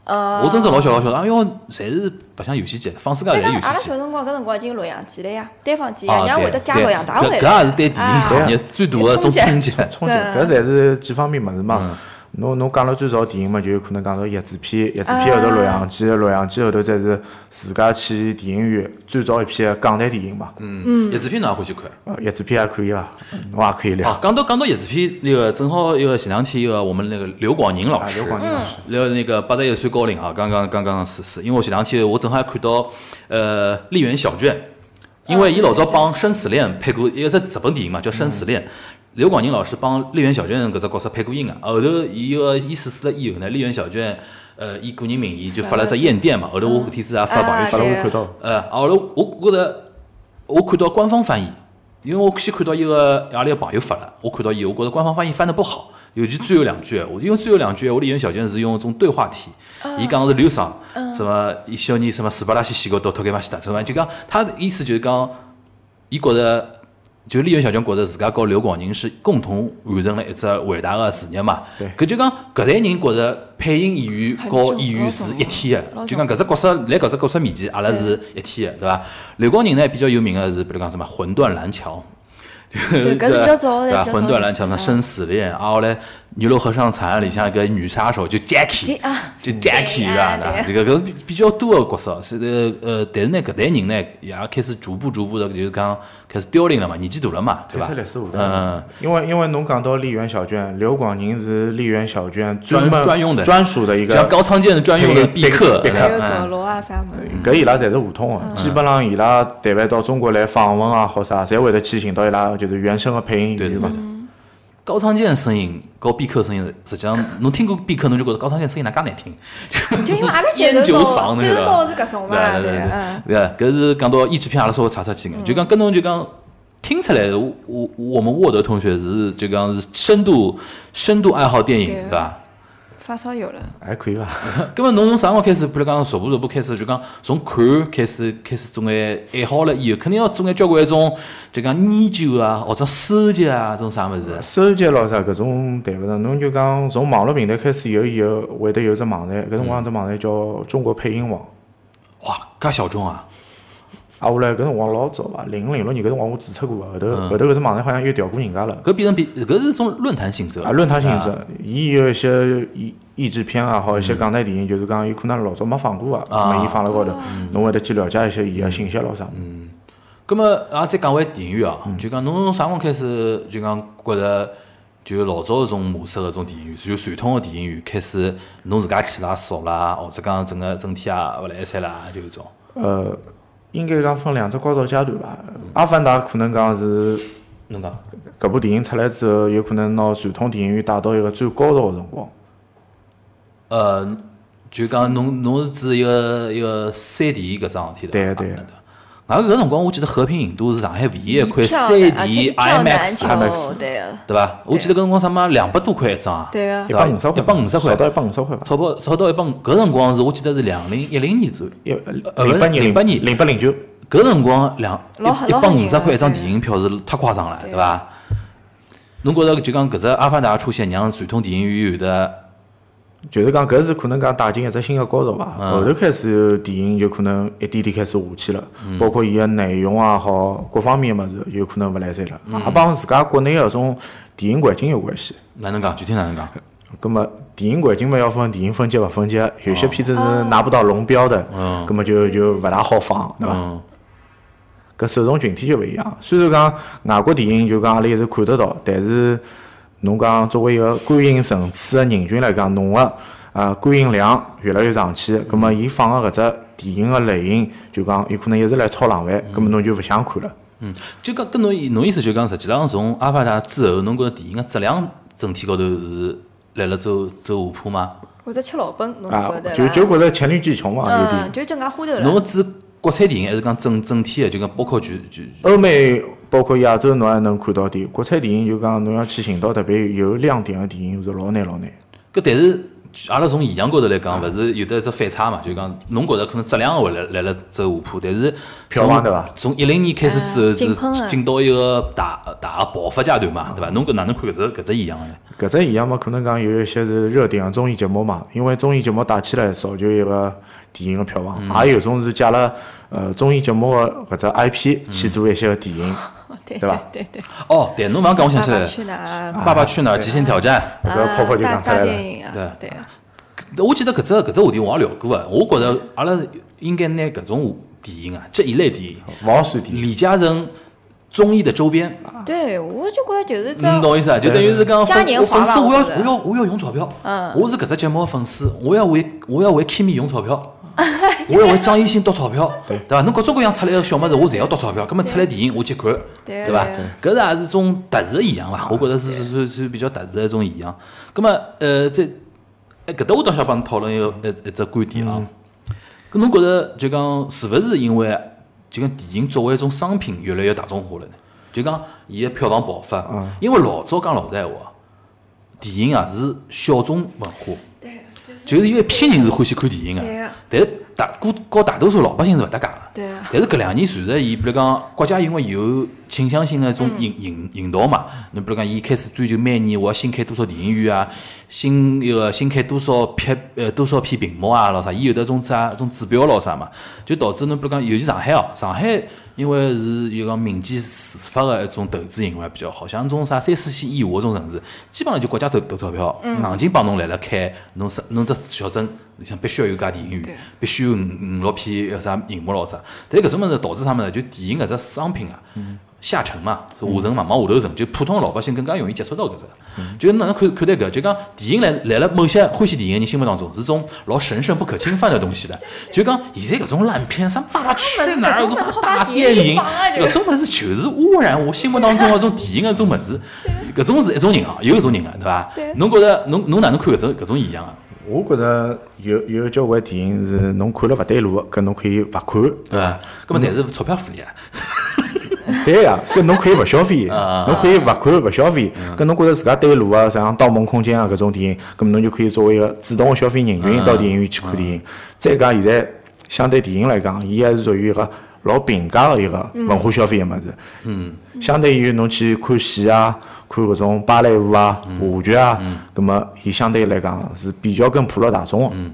呃我真正老小老小，哎哟，侪是白相游戏机，放暑假侪但是讲阿游拉戏机小。辰光搿辰光已经有录像机了呀，单放机呀，啊，人家对会得加对录像带搿回搿来。也是对电影啊行业最大的一种冲击冲击。 冲突，搿侪是几方面物事嗯嘛。侬侬讲了最早电影嘛，就有可能讲到叶子片，叶子片后头录像机，录像机后头才是自家去电影院最早一批的港台电影嘛。嗯，叶子片侬也欢喜看？呃叶子片也可以啦，侬也可以聊。啊，讲到讲到叶子片，那个正好一个前两天一个我们那个刘广宁老啊，师，刘广宁老师，然后那个八十一岁高龄啊，刚刚刚刚逝世。因为我前两天我正好还看到呃《丽媛小卷》，因为伊老早帮《生死恋》配过一个只日本电影嘛，叫《生死恋》。刘广宁老师帮《丽媛小卷》搿只角色配过音啊。后头伊个伊逝世了以后呢，《丽媛小卷》呃以个人名义就发了只唁电嘛。后头我搿天子也发朋友圈发了我看到，呃，后来我我觉得我看到官方翻译，因为我先看到一个阿拉一个朋友发了，我看到以后，我觉得官方翻译翻得不好，尤其最后两句，我因为最后两句，我里原小娟是用一种对话体，伊讲是流丧，什么一小人什么死巴拉西西个到脱给嘛西达，什么就讲他的意思就是讲，伊觉得。就李元小娟觉着自家和刘广宁是共同完成了一只伟大的事业嘛对，搿就讲搿代人觉着配音演员很和重演老员是重一体的，老就重讲搿只角色辣搿只角色面前，阿拉是一体的，对伐？刘光宁呢比较有名的是，比如讲什么《魂断蓝桥》，对搿是比较早的 对吧？比较早魂断蓝的桥》什么《嗯生死恋》，啊，后来《牛肉和尚惨案》里向一个女杀手就 Jackie，对啊就 Jackie 对对伐？啊对对伐？这个搿是比比较多的角色，是呃呃，但是呢搿代人呢也开始逐步逐步的，就是讲开始凋零了嘛，年纪大了嘛，对伐退出历史舞？台嗯，因为因为侬讲到丽媛小娟，刘广宁是丽媛小娟专门专用的专属的一个像高仓健专用的配必课，必对课伐还有嗯走路啊 啥物事。搿伊拉侪是互通的，基本上伊拉台湾到中国来访问啊，或啥，侪会得去寻到伊拉就是原声的配音对演对员对嘛。。高仓健的声音和毕克声音，实际上侬听过毕克，侬就觉得高仓健声音哪介难 听，就因为阿拉接烟受酒到嗓那接个受到是搿种嘛，对对对嗯。对，对搿是讲到译制片，阿拉稍微查出去眼，就讲跟侬就讲听出来，我我我们沃德同学是就讲是深度深度爱好电影，对对伐？发烧友了，还可以伐？咁么侬从啥辰光开始，比如讲逐步逐步开始，就讲从看开始开始做眼爱好了以后，肯定要做眼交关一种就讲研究啊，或者收集啊，种啥物事。收集咯啥啊搿种谈勿上，侬就讲从网络平台开始有以后，会得有只网站，搿嗯辰光只网站叫中国配音网。哇，介小众啊！啊，我来搿辰光老早伐，零五零六年搿辰光我注册过，后头嗯后头搿只网站好像又调过人家了。搿变成比搿是种论坛性质啊，论坛性质啊，嗯伊有一些译译制片啊，好一些港台电影，就是讲有可能老早没放过啊，啊嗯那伊放了高头，侬会得去了解一些伊啊个信息咯啥。咁么啊，再讲回电影院啊，就讲侬从啥辰光开始就讲觉着就老早搿种模式搿种电影院，就传统个电影院开始侬自家去啦、扫啦，或者讲整个整体啊勿来三啦，就搿种。呃，应该讲分两只高潮阶段吧。嗯阿凡达可能讲是侬讲搿部电影出来之后，有可能拿传统电影院带到一个最高潮个辰光。呃，就讲侬侬是指一个一个三 D 搿桩事体伐对对。啊，搿辰光我记得和平影都是上海唯一一块一票啊三难而且 D 一票难 IMAX，求 IMAX 对个，对伐？我记得搿辰光什么两百多块一张啊，对个一对吧百五十块，一百五十块少到一百五十块吧。钞票钞到一百五，搿辰光是我记得是两零一零年左右。一呃零八年、零八年零八零九，搿辰光两老吓一一老百吓五人十啊块一张对电影票是太夸张了，对对伐？侬觉着就讲搿只《阿凡达》出现，让传统电影院有的就是讲搿是可能讲带进一只新的高潮吧。嗯后头开始电影就可能一点点开始下去了，嗯包括伊个内容啊好各方面的物事有可能勿来三了，嗯也帮啊自家国内个种电影环境有关系。哪能讲？具体哪能讲？葛么电影环境嘛要分电影分级勿分级，有些片子哦是拿不到龙标的，葛么就就勿大好放，对伐？嗯，搿受众群体就勿一样。虽然讲外国电影就讲阿拉一直看得到，但是侬讲作为一个观影层次的人群来讲，侬个呃观影量越来越上去，葛么伊放个搿只电影个类型，就讲有可能一直来超浪费，葛么侬就勿想看了。就讲跟侬意侬意思就讲，实际浪从《阿凡达》之后，侬觉着电影个质量整体高头是来了走走下坡吗？或者吃老本，侬啊觉得，就伐就觉着黔驴技穷嘛，有点嗯，。就整个花头了。侬指国产电影还是讲整整体的？就讲包括全全欧美包括亚洲侬也能看到点。国产电影就讲侬要去寻到特别有亮点的电影是老难老难。搿但是阿拉从现象高头来嗯讲，勿是有得一只反差嘛？就讲侬觉着可能质量会来来了走下坡，但是票房对伐从一零年开始之后啊井喷是啊进到一个大大个爆发阶段嘛，对伐？侬搿哪能看搿只搿只现象呢？搿只现象嘛，可能讲有一些是热点的综艺节目嘛，因为综艺节目带起来造就一个电影的票嗯房，也有种是借了呃综艺节目的搿只 IP 去做一些个电影，嗯 对对吧对对，哦，对，侬勿要讲，我想起来了，爸爸去哪儿？ 《爸爸去哪儿》《极限挑战》搿个啊啊泡泡就大讲出来大了。电影啊，对对啊，我记得搿只搿只话题我也聊过啊，我觉着阿拉应该拿搿种电影啊，这一类电影，勿好算电影，李嘉诚综艺的周边，啊对我就觉得就是这侬懂我意思啊？就等于是讲嘉粉年我华粉吧丝，我要我觉我得嗯要我要用钞票，我是搿只节目的粉丝，我要为我要为 Kimi 用钞 票。我要为张艺兴дост钞票，对伐？侬各种各样出来个小物事，我侪要дост钞票。葛末出来电影我去看，对啊伐？搿是也是种特殊的现象伐？我觉着是对是是是比较特殊的一种现象。葛末呃，这哎搿搭我倒想帮侬讨论一个一一只观点啊。嗯搿侬觉着就讲是勿是因为就讲电影作为一种商品越来越大众化了呢？就讲伊个票房爆发，嗯因为老早讲老实闲话，电影啊是小众文化，对，就是就是有一批人是欢喜看电影对个啊，但是大估和大多数老百姓是勿搭界个。对啊但是搿两年随着伊，比如讲国家因为有倾向性的一种引引引导嘛，侬比如讲伊开始追求每年我要新开多少电影院啊，新一个新开多少片呃多少片屏幕啊，咾啥，伊有得种啥种指标咾啥嘛，就导致侬比如讲，尤其上海哦，上海因为是有讲民间自发的一种投资行为比较好，像种啥三四线以下的种城市，基本上就国家投投钞票，硬劲帮侬来了开侬啥侬只小镇里向必须要有家电影院对，必须有五五六片呃啥荧幕咯啥。但是搿种物事导致啥物事？就电影搿只商品啊，下沉嘛，下沉嘛，往下头沉，就普通老百姓更加容易接触到搿只。就是哪能看看待搿？就讲电影来来了某些欢喜电影的人心目当中，是种老神圣不可侵犯的东西的。就讲现在搿种烂片，啥爸爸去哪儿，搿搿种种啥啥爸大爸电电影影放啊，就是搿种物事就是污染我心目当中的种电影的种物事。搿种是一种人啊，有一种人啊，对伐对？侬觉着侬侬哪能看搿种搿种现象啊？我觉着有有交关电影是侬看了勿对路，搿侬可以勿看，对伐？搿么但是钞票付你啊，对呀，搿侬可以勿消费，啊嗯侬可以勿看勿消费，搿侬觉着自家对路啊，像《盗梦空间》啊搿种电影，搿么侬就可以作为一个主动的消费人嗯群到电影院去看电影。再讲现在相对电影来讲，伊还是属于一个老平价的一个文化消费的物事。嗯，相对于侬去看戏啊，看搿种芭蕾舞啊、嗯话剧啊，搿么伊相对来讲是比较更普罗大众的。嗯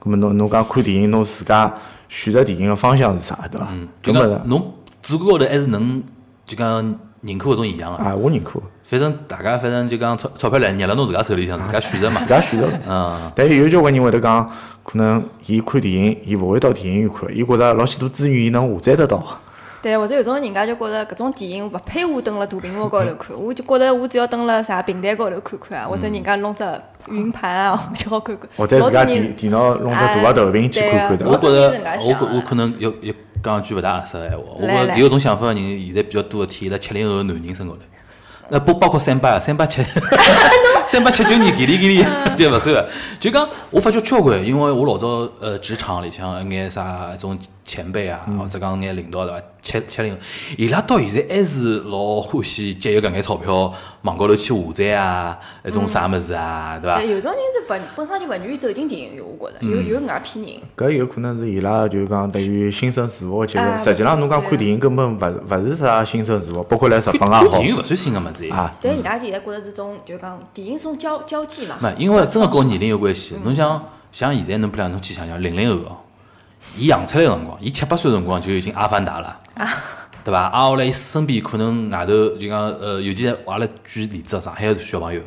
咁么侬侬讲看电影，侬自家选择电影的方向是啥，对伐？嗯就搿么讲侬主观高头还是能就讲认可搿种现象啊。啊，我认可，反正大家反正就讲钞钞票来捏辣侬自家手里向，自家选择嘛自。家选择。 嗯，啊但有交关人会得讲，可能伊看电影，伊勿会到电影院看，伊觉着老许多资源伊能下载得到。对，或者有种人家就觉着搿种电影勿配我蹲辣大屏幕高头看，我就觉着我只要蹲辣啥平台高头看看啊，或者人家弄只云盘啊，我就好看看。或嗯者自家老多人电电脑弄只大个哎投屏去对看啊看对我伐我？觉同着意搿我能介想可我啊可能要要讲一句勿大合适个闲话，我来觉着来有种想法个人现在比较多体现辣七零后男人身高头。那不包括三八啊，三八七，三八七九年，叽里叽里 就勿算了。就讲我发觉交关，因为我老早呃职场里向一眼啥一种前辈啊，或者讲一眼领导对伐？七七零，伊拉到现在还是老欢喜节约搿眼钞票，网高头去下载啊，一种啥物事啊，对伐？对，有种人是本本身就勿愿意走进电影院，我觉着嗯有有搿能介批人。搿有可能是伊拉就是讲对于新生事物的接啊受。实际浪侬讲对看电影根本勿勿是啥新生事物，包括来日本看 也电影好勿算新个物事。啊。但伊拉现在觉着是种，就讲电影是种交交际嘛。没，因为真个跟年龄有关系。侬像像现在，侬比如讲侬去想想零零后哦，伊养出来个辰光，伊七八岁个辰光就已经阿凡达了， 对伐？啊，后来伊身边可能外头就讲呃，尤其是阿拉举例子，啊上海个小朋友，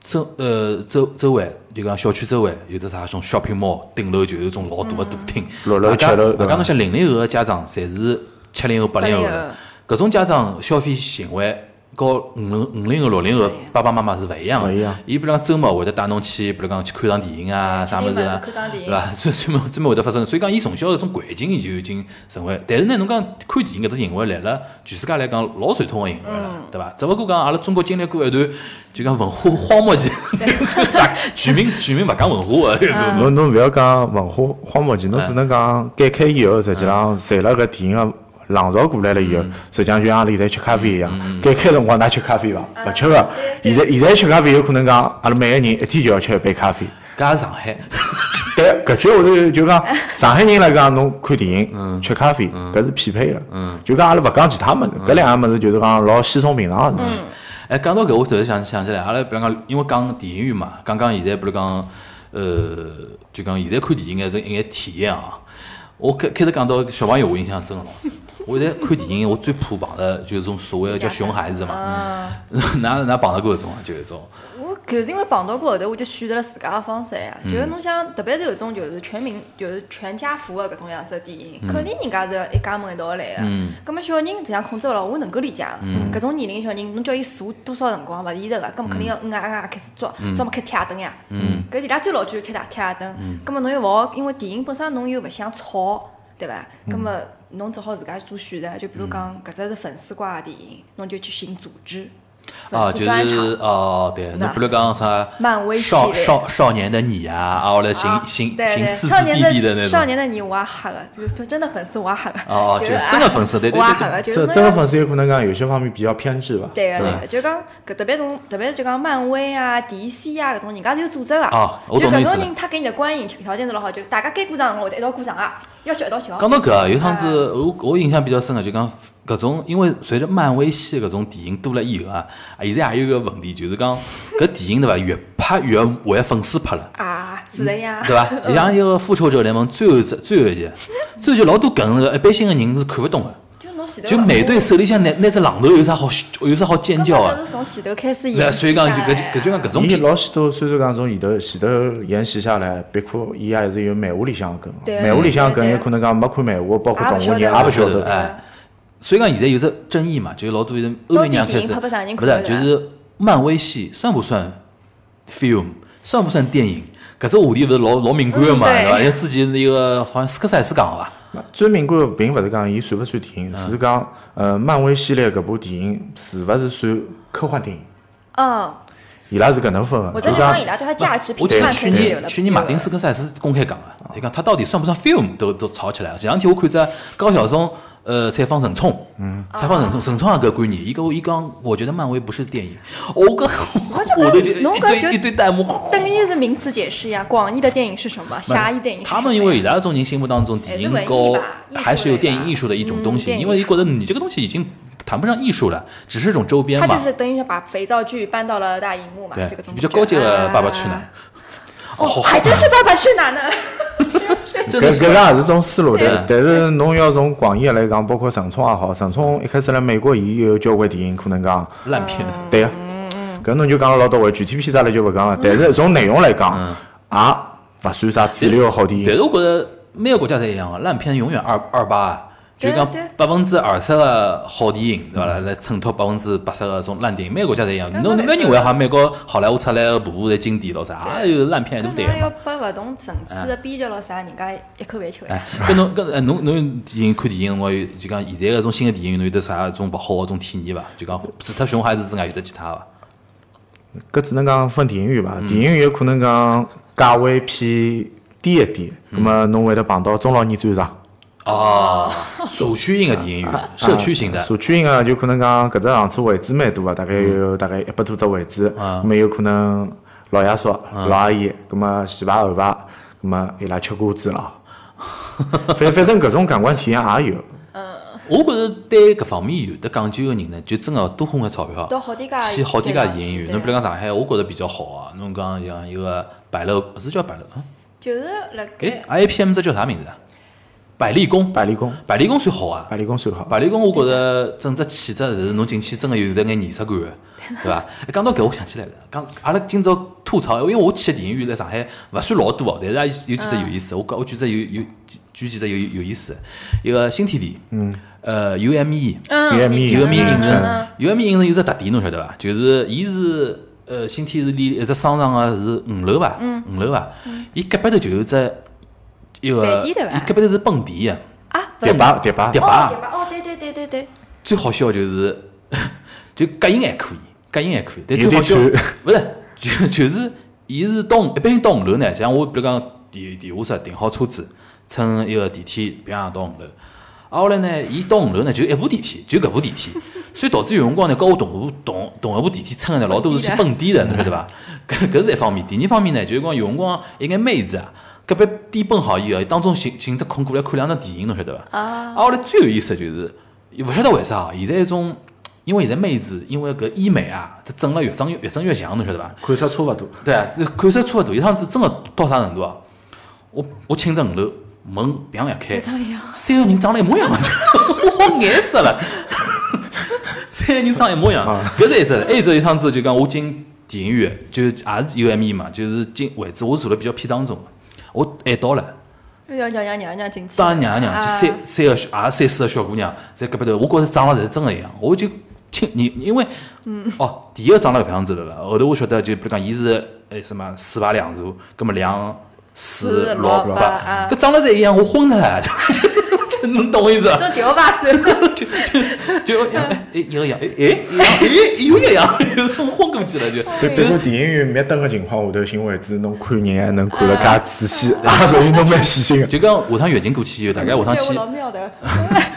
周呃周周围就讲小区周围有只啥种 shopping mall，顶楼就有种老大个大厅，六楼外加七楼外对加伐侬像零零后个家长，侪是七零后八零后的，搿种家长消费行为。和五零五零后、六零后对爸爸妈妈是勿一样的，勿一样伊比如讲周末会得带侬去，比如讲去看场电影啊，去啥物事啊，地方看场电影对 伐？专专门专门会得发生。所以讲，伊从小搿种环境，伊就已经成为。但是呢，侬讲看电影搿只行为，来了全世界来讲老传统个行为嗯了，对伐？只勿过讲阿拉中国经历过一段就讲文化荒漠期，大 全民全民勿讲文化 个，就嗯是侬侬勿要讲文化荒漠期，侬只能讲改开以后，实际浪随了搿电影个浪潮过来了以后，实际上就像阿拉现在吃咖啡一样，该开辰光㑚吃咖啡伐？嗯勿吃个。现在现在吃咖啡有可能讲，阿拉每个人一天就要吃一杯咖啡。搿也是上海，但搿句话头 就讲，上海人来讲，侬看电影、吃咖啡，搿是匹配的。就讲阿拉勿讲其他物事，搿两样物事就是讲老稀松平常嗯个事体。哎，讲到搿，我突然想想起来，阿拉比如讲，因为讲电影院嘛，刚刚现在比如讲，呃，就讲现在看电影眼是一眼体验啊。我开开头讲到小朋友，我印象真个老深。 我现在看电影，我最怕碰着就是种所谓的叫熊孩子嘛。嗯， 哪哪碰到过搿种啊？就搿种，我就是因为碰到过后头，我就选择了自家的方式呀。嗯就是侬想，特别是有种就是全民就是全家福的搿种样子的电影，肯定人家是要一家门一道来的。嗯。葛末小人这样控制勿牢，我能够理解。嗯。搿种年龄小人，侬叫伊坐多少辰光勿现实个，葛末肯定要嗯啊啊啊开始抓，抓么开铁灯呀。嗯。搿伊拉最老句就铁铁鞋灯。嗯。葛末侬又勿好，因为电影本身侬又勿想吵，对伐？嗯葛末侬只好自家做选择，就比如讲搿只是粉丝挂的电影，侬就去寻组织。粉啊，丝就专场。是哦，对，侬比如讲啥，漫威系少列少少年的你啊，啊，后来行啊行对行对四少字弟年弟的那少种，年的你我也黑了，就是真的粉丝我也黑了。哦哦就是就啊真的粉丝对对我也对对黑了，就是这侬这个要粉丝有可能讲有些方面比较偏执伐？对个对对个，就讲搿特别种，特别就讲漫威啊、DC 啊搿种，人家是有组织个。啊我就懂你搿意思种了人，他给你的观影条件是老好，就大家该鼓掌的辰光我就一道鼓掌啊，要求一道瞧。讲到搿啊，有趟子我我印象比较深个，就讲搿种，因为随着漫威系搿种电影多了以后啊，啊现在也有一个问题，就是讲搿电影对伐，越拍越为粉丝拍了。啊，是的呀。对伐？ 像一个复仇者联盟最后一集，最后一集，最后一集老多梗个，一般性个人是看勿懂个。就侬前头就美队手里向拿拿只榔头有啥好有啥好尖叫个。个？是从前头开始演那起所以讲就来搿就搿就讲搿种伊片老许多，虽然讲从前头前头沿袭下来，包括伊也是有漫画里向的梗对的，漫画里向的梗对对有可能讲没看漫画，包括也动不画人也晓勿得晓对得。哎，所以讲现在有只争议嘛，就是老多人欧到美底人开电影始，拍不上人不看是不就上是漫威系算不算 film，算不算电影？搿只话题勿是老老敏感个嘛，嗯对对伐？因为之前那个好像斯科塞斯讲个伐？最敏感的并勿是讲伊算勿算电影，是讲呃漫威系列搿部电影是勿是算科幻电影？嗯，伊拉是搿能分我的，这就就讲讲伊拉对他价值我评记得判去开始有年了。去年马丁斯科塞斯公开讲了，伊讲他到底算不算 film 都都吵起来了。前两天我看只高晓松呃采访陈冲，嗯采访陈冲，陈冲也搿观念，伊跟我伊讲，我觉得漫威不是电影，我搿我就讲我的就侬一搿就堆一堆弹幕。等于是名词解释呀，广义的电影是什哎么？狭义电影是哦什么呀？他们因为伊拉这种人心目当中，电影还是文艺高吧艺术还是有类电影吧艺术的一种嗯东西，电影因为艺伊觉得你这个东西已经谈不上艺术了，只是一种周边他嘛。就是等于是把肥皂剧搬到了大荧幕嘛，对这个，啊比较高级的《爸爸去哪儿儿》。哦，还真是《爸爸去哪儿》呢。 真的搿是搿个也是种思路，对但但是侬要从广义的来讲，包括陈冲也好，陈冲一开始来美国，伊有交关电影可能讲。烂片。对个，搿侬就讲了老到位，具体片啥了就勿讲了。但是从内容来讲，也勿算啥主流的好电但是影。我觉得每个国家侪一样啊，烂片永远二二八啊，就对讲对百分之二十个好电影，对伐啦？来衬托百分之八十个种烂电影，每个国家侪一样。嗯对侬没侬勿要认错为好像啊美国好莱坞出来个部部侪经典咯啥，对也有烂片啊一大搿堆侬嘛啊要。拨勿同层次的编剧咯啥，人家一口饭吃勿哎呀。，搿侬搿哎侬侬有电影看电影辰光有就讲现在搿种新的电影，侬有得啥种勿好个种体验伐？就讲除脱熊孩子之外，有得其他伐？搿只能讲分电影院伐，电影院有可能讲价位偏低一点，葛末侬会得碰到中老年专场。哦， 社区型个电影院，社区型的啊，社区型个就可能讲搿只场次位置蛮多个，大概有大概一百多只位置，啊咁么有可能老爷叔、老阿姨，咁么前排后排，咁么伊拉吃瓜子了。反反正搿种感官体验也有，我觉着对搿方面有得讲究个人呢，就真个多啊花眼钞票。到好点家去好几家电影院，侬比如讲，讲上海，我觉着比较好啊。侬讲像一个百乐，是叫百乐？嗯就是辣盖哎，IAPM 这叫啥名字啊？百丽宫，百丽宫，百丽宫算好啊。百丽宫算好。百丽宫，我觉着整只气质是侬进去真的有得眼仪式 感的，对伐？哎讲到搿，我想起来了，讲阿拉今朝吐槽，因为我去的电影院辣上海勿算老多哦，但是也有几只有意嗯思。我讲我举只有有举举几只有有意思，一个新天地，嗯，呃，UME，嗯，有你一有个个面面 E 影影城城，有个面影城有只特点，侬晓得伐？就是伊是呃新天地里一只商场个是五楼伐？嗯五楼伐？伊隔壁头就有只一个，饭伊店对伐隔壁头是蹦迪个，啊，迪拜，迪拜迪，嗯哦，吧对吧？哦，对对对对对，最好笑就是 就隔音还可以，隔音还可以，但有最好点笑 臭勿是就就是伊是到一般性到五楼呢，像我比如讲地地下室停好车子，乘一个电梯，别样到五楼。啊，后来呢，伊到五楼呢，就一部电梯，就搿部电梯，所以导致有辰光呢，跟我同部同同一部电梯乘的呢，老多是去蹦迪的，侬晓得伐？搿搿是一方面，第二方面呢，就是讲有辰光一眼妹子啊，隔壁低蹦好以后，当中寻寻只空过来看两场电影，侬晓得伐？啊，后来最有意思就是，勿晓得为啥啊，现在一种。因为现在妹子，因为搿医美啊，这整了越整越越整越强，侬晓得伐？看出差勿多，对啊，看出差勿多，一趟子真个到啥程度啊？我我寝室五楼门砰一开非，常一样。三个人长得一模一样，我眼死了。三个人长得一模一样，搿是一只，还有一只一趟子就讲我进电影院，就是也是 U M E 嘛，就是进位置我坐了比较偏当中，我挨到了。又要叫人家娘娘进去。当娘娘就 三啊三个小也三四个小姑娘在隔壁头，我觉着长得侪真个一样，我就亲你，因为嗯哦，第一个长得搿样子的了，后头我晓得就比如讲伊是哎什么四排两座，葛么两四四六六八八啊，搿长得侪一样，我昏了，就侬懂我意思伐？那调把 手，就就就哎哎一个样，哎哎哎有一样，有种昏过去了就就就等于电影院灭灯个情况下头，寻位置侬看人还能看了介仔细，也属于侬蛮细心个，就讲下趟月经过去以后，大概下趟 觉得我去老妙的。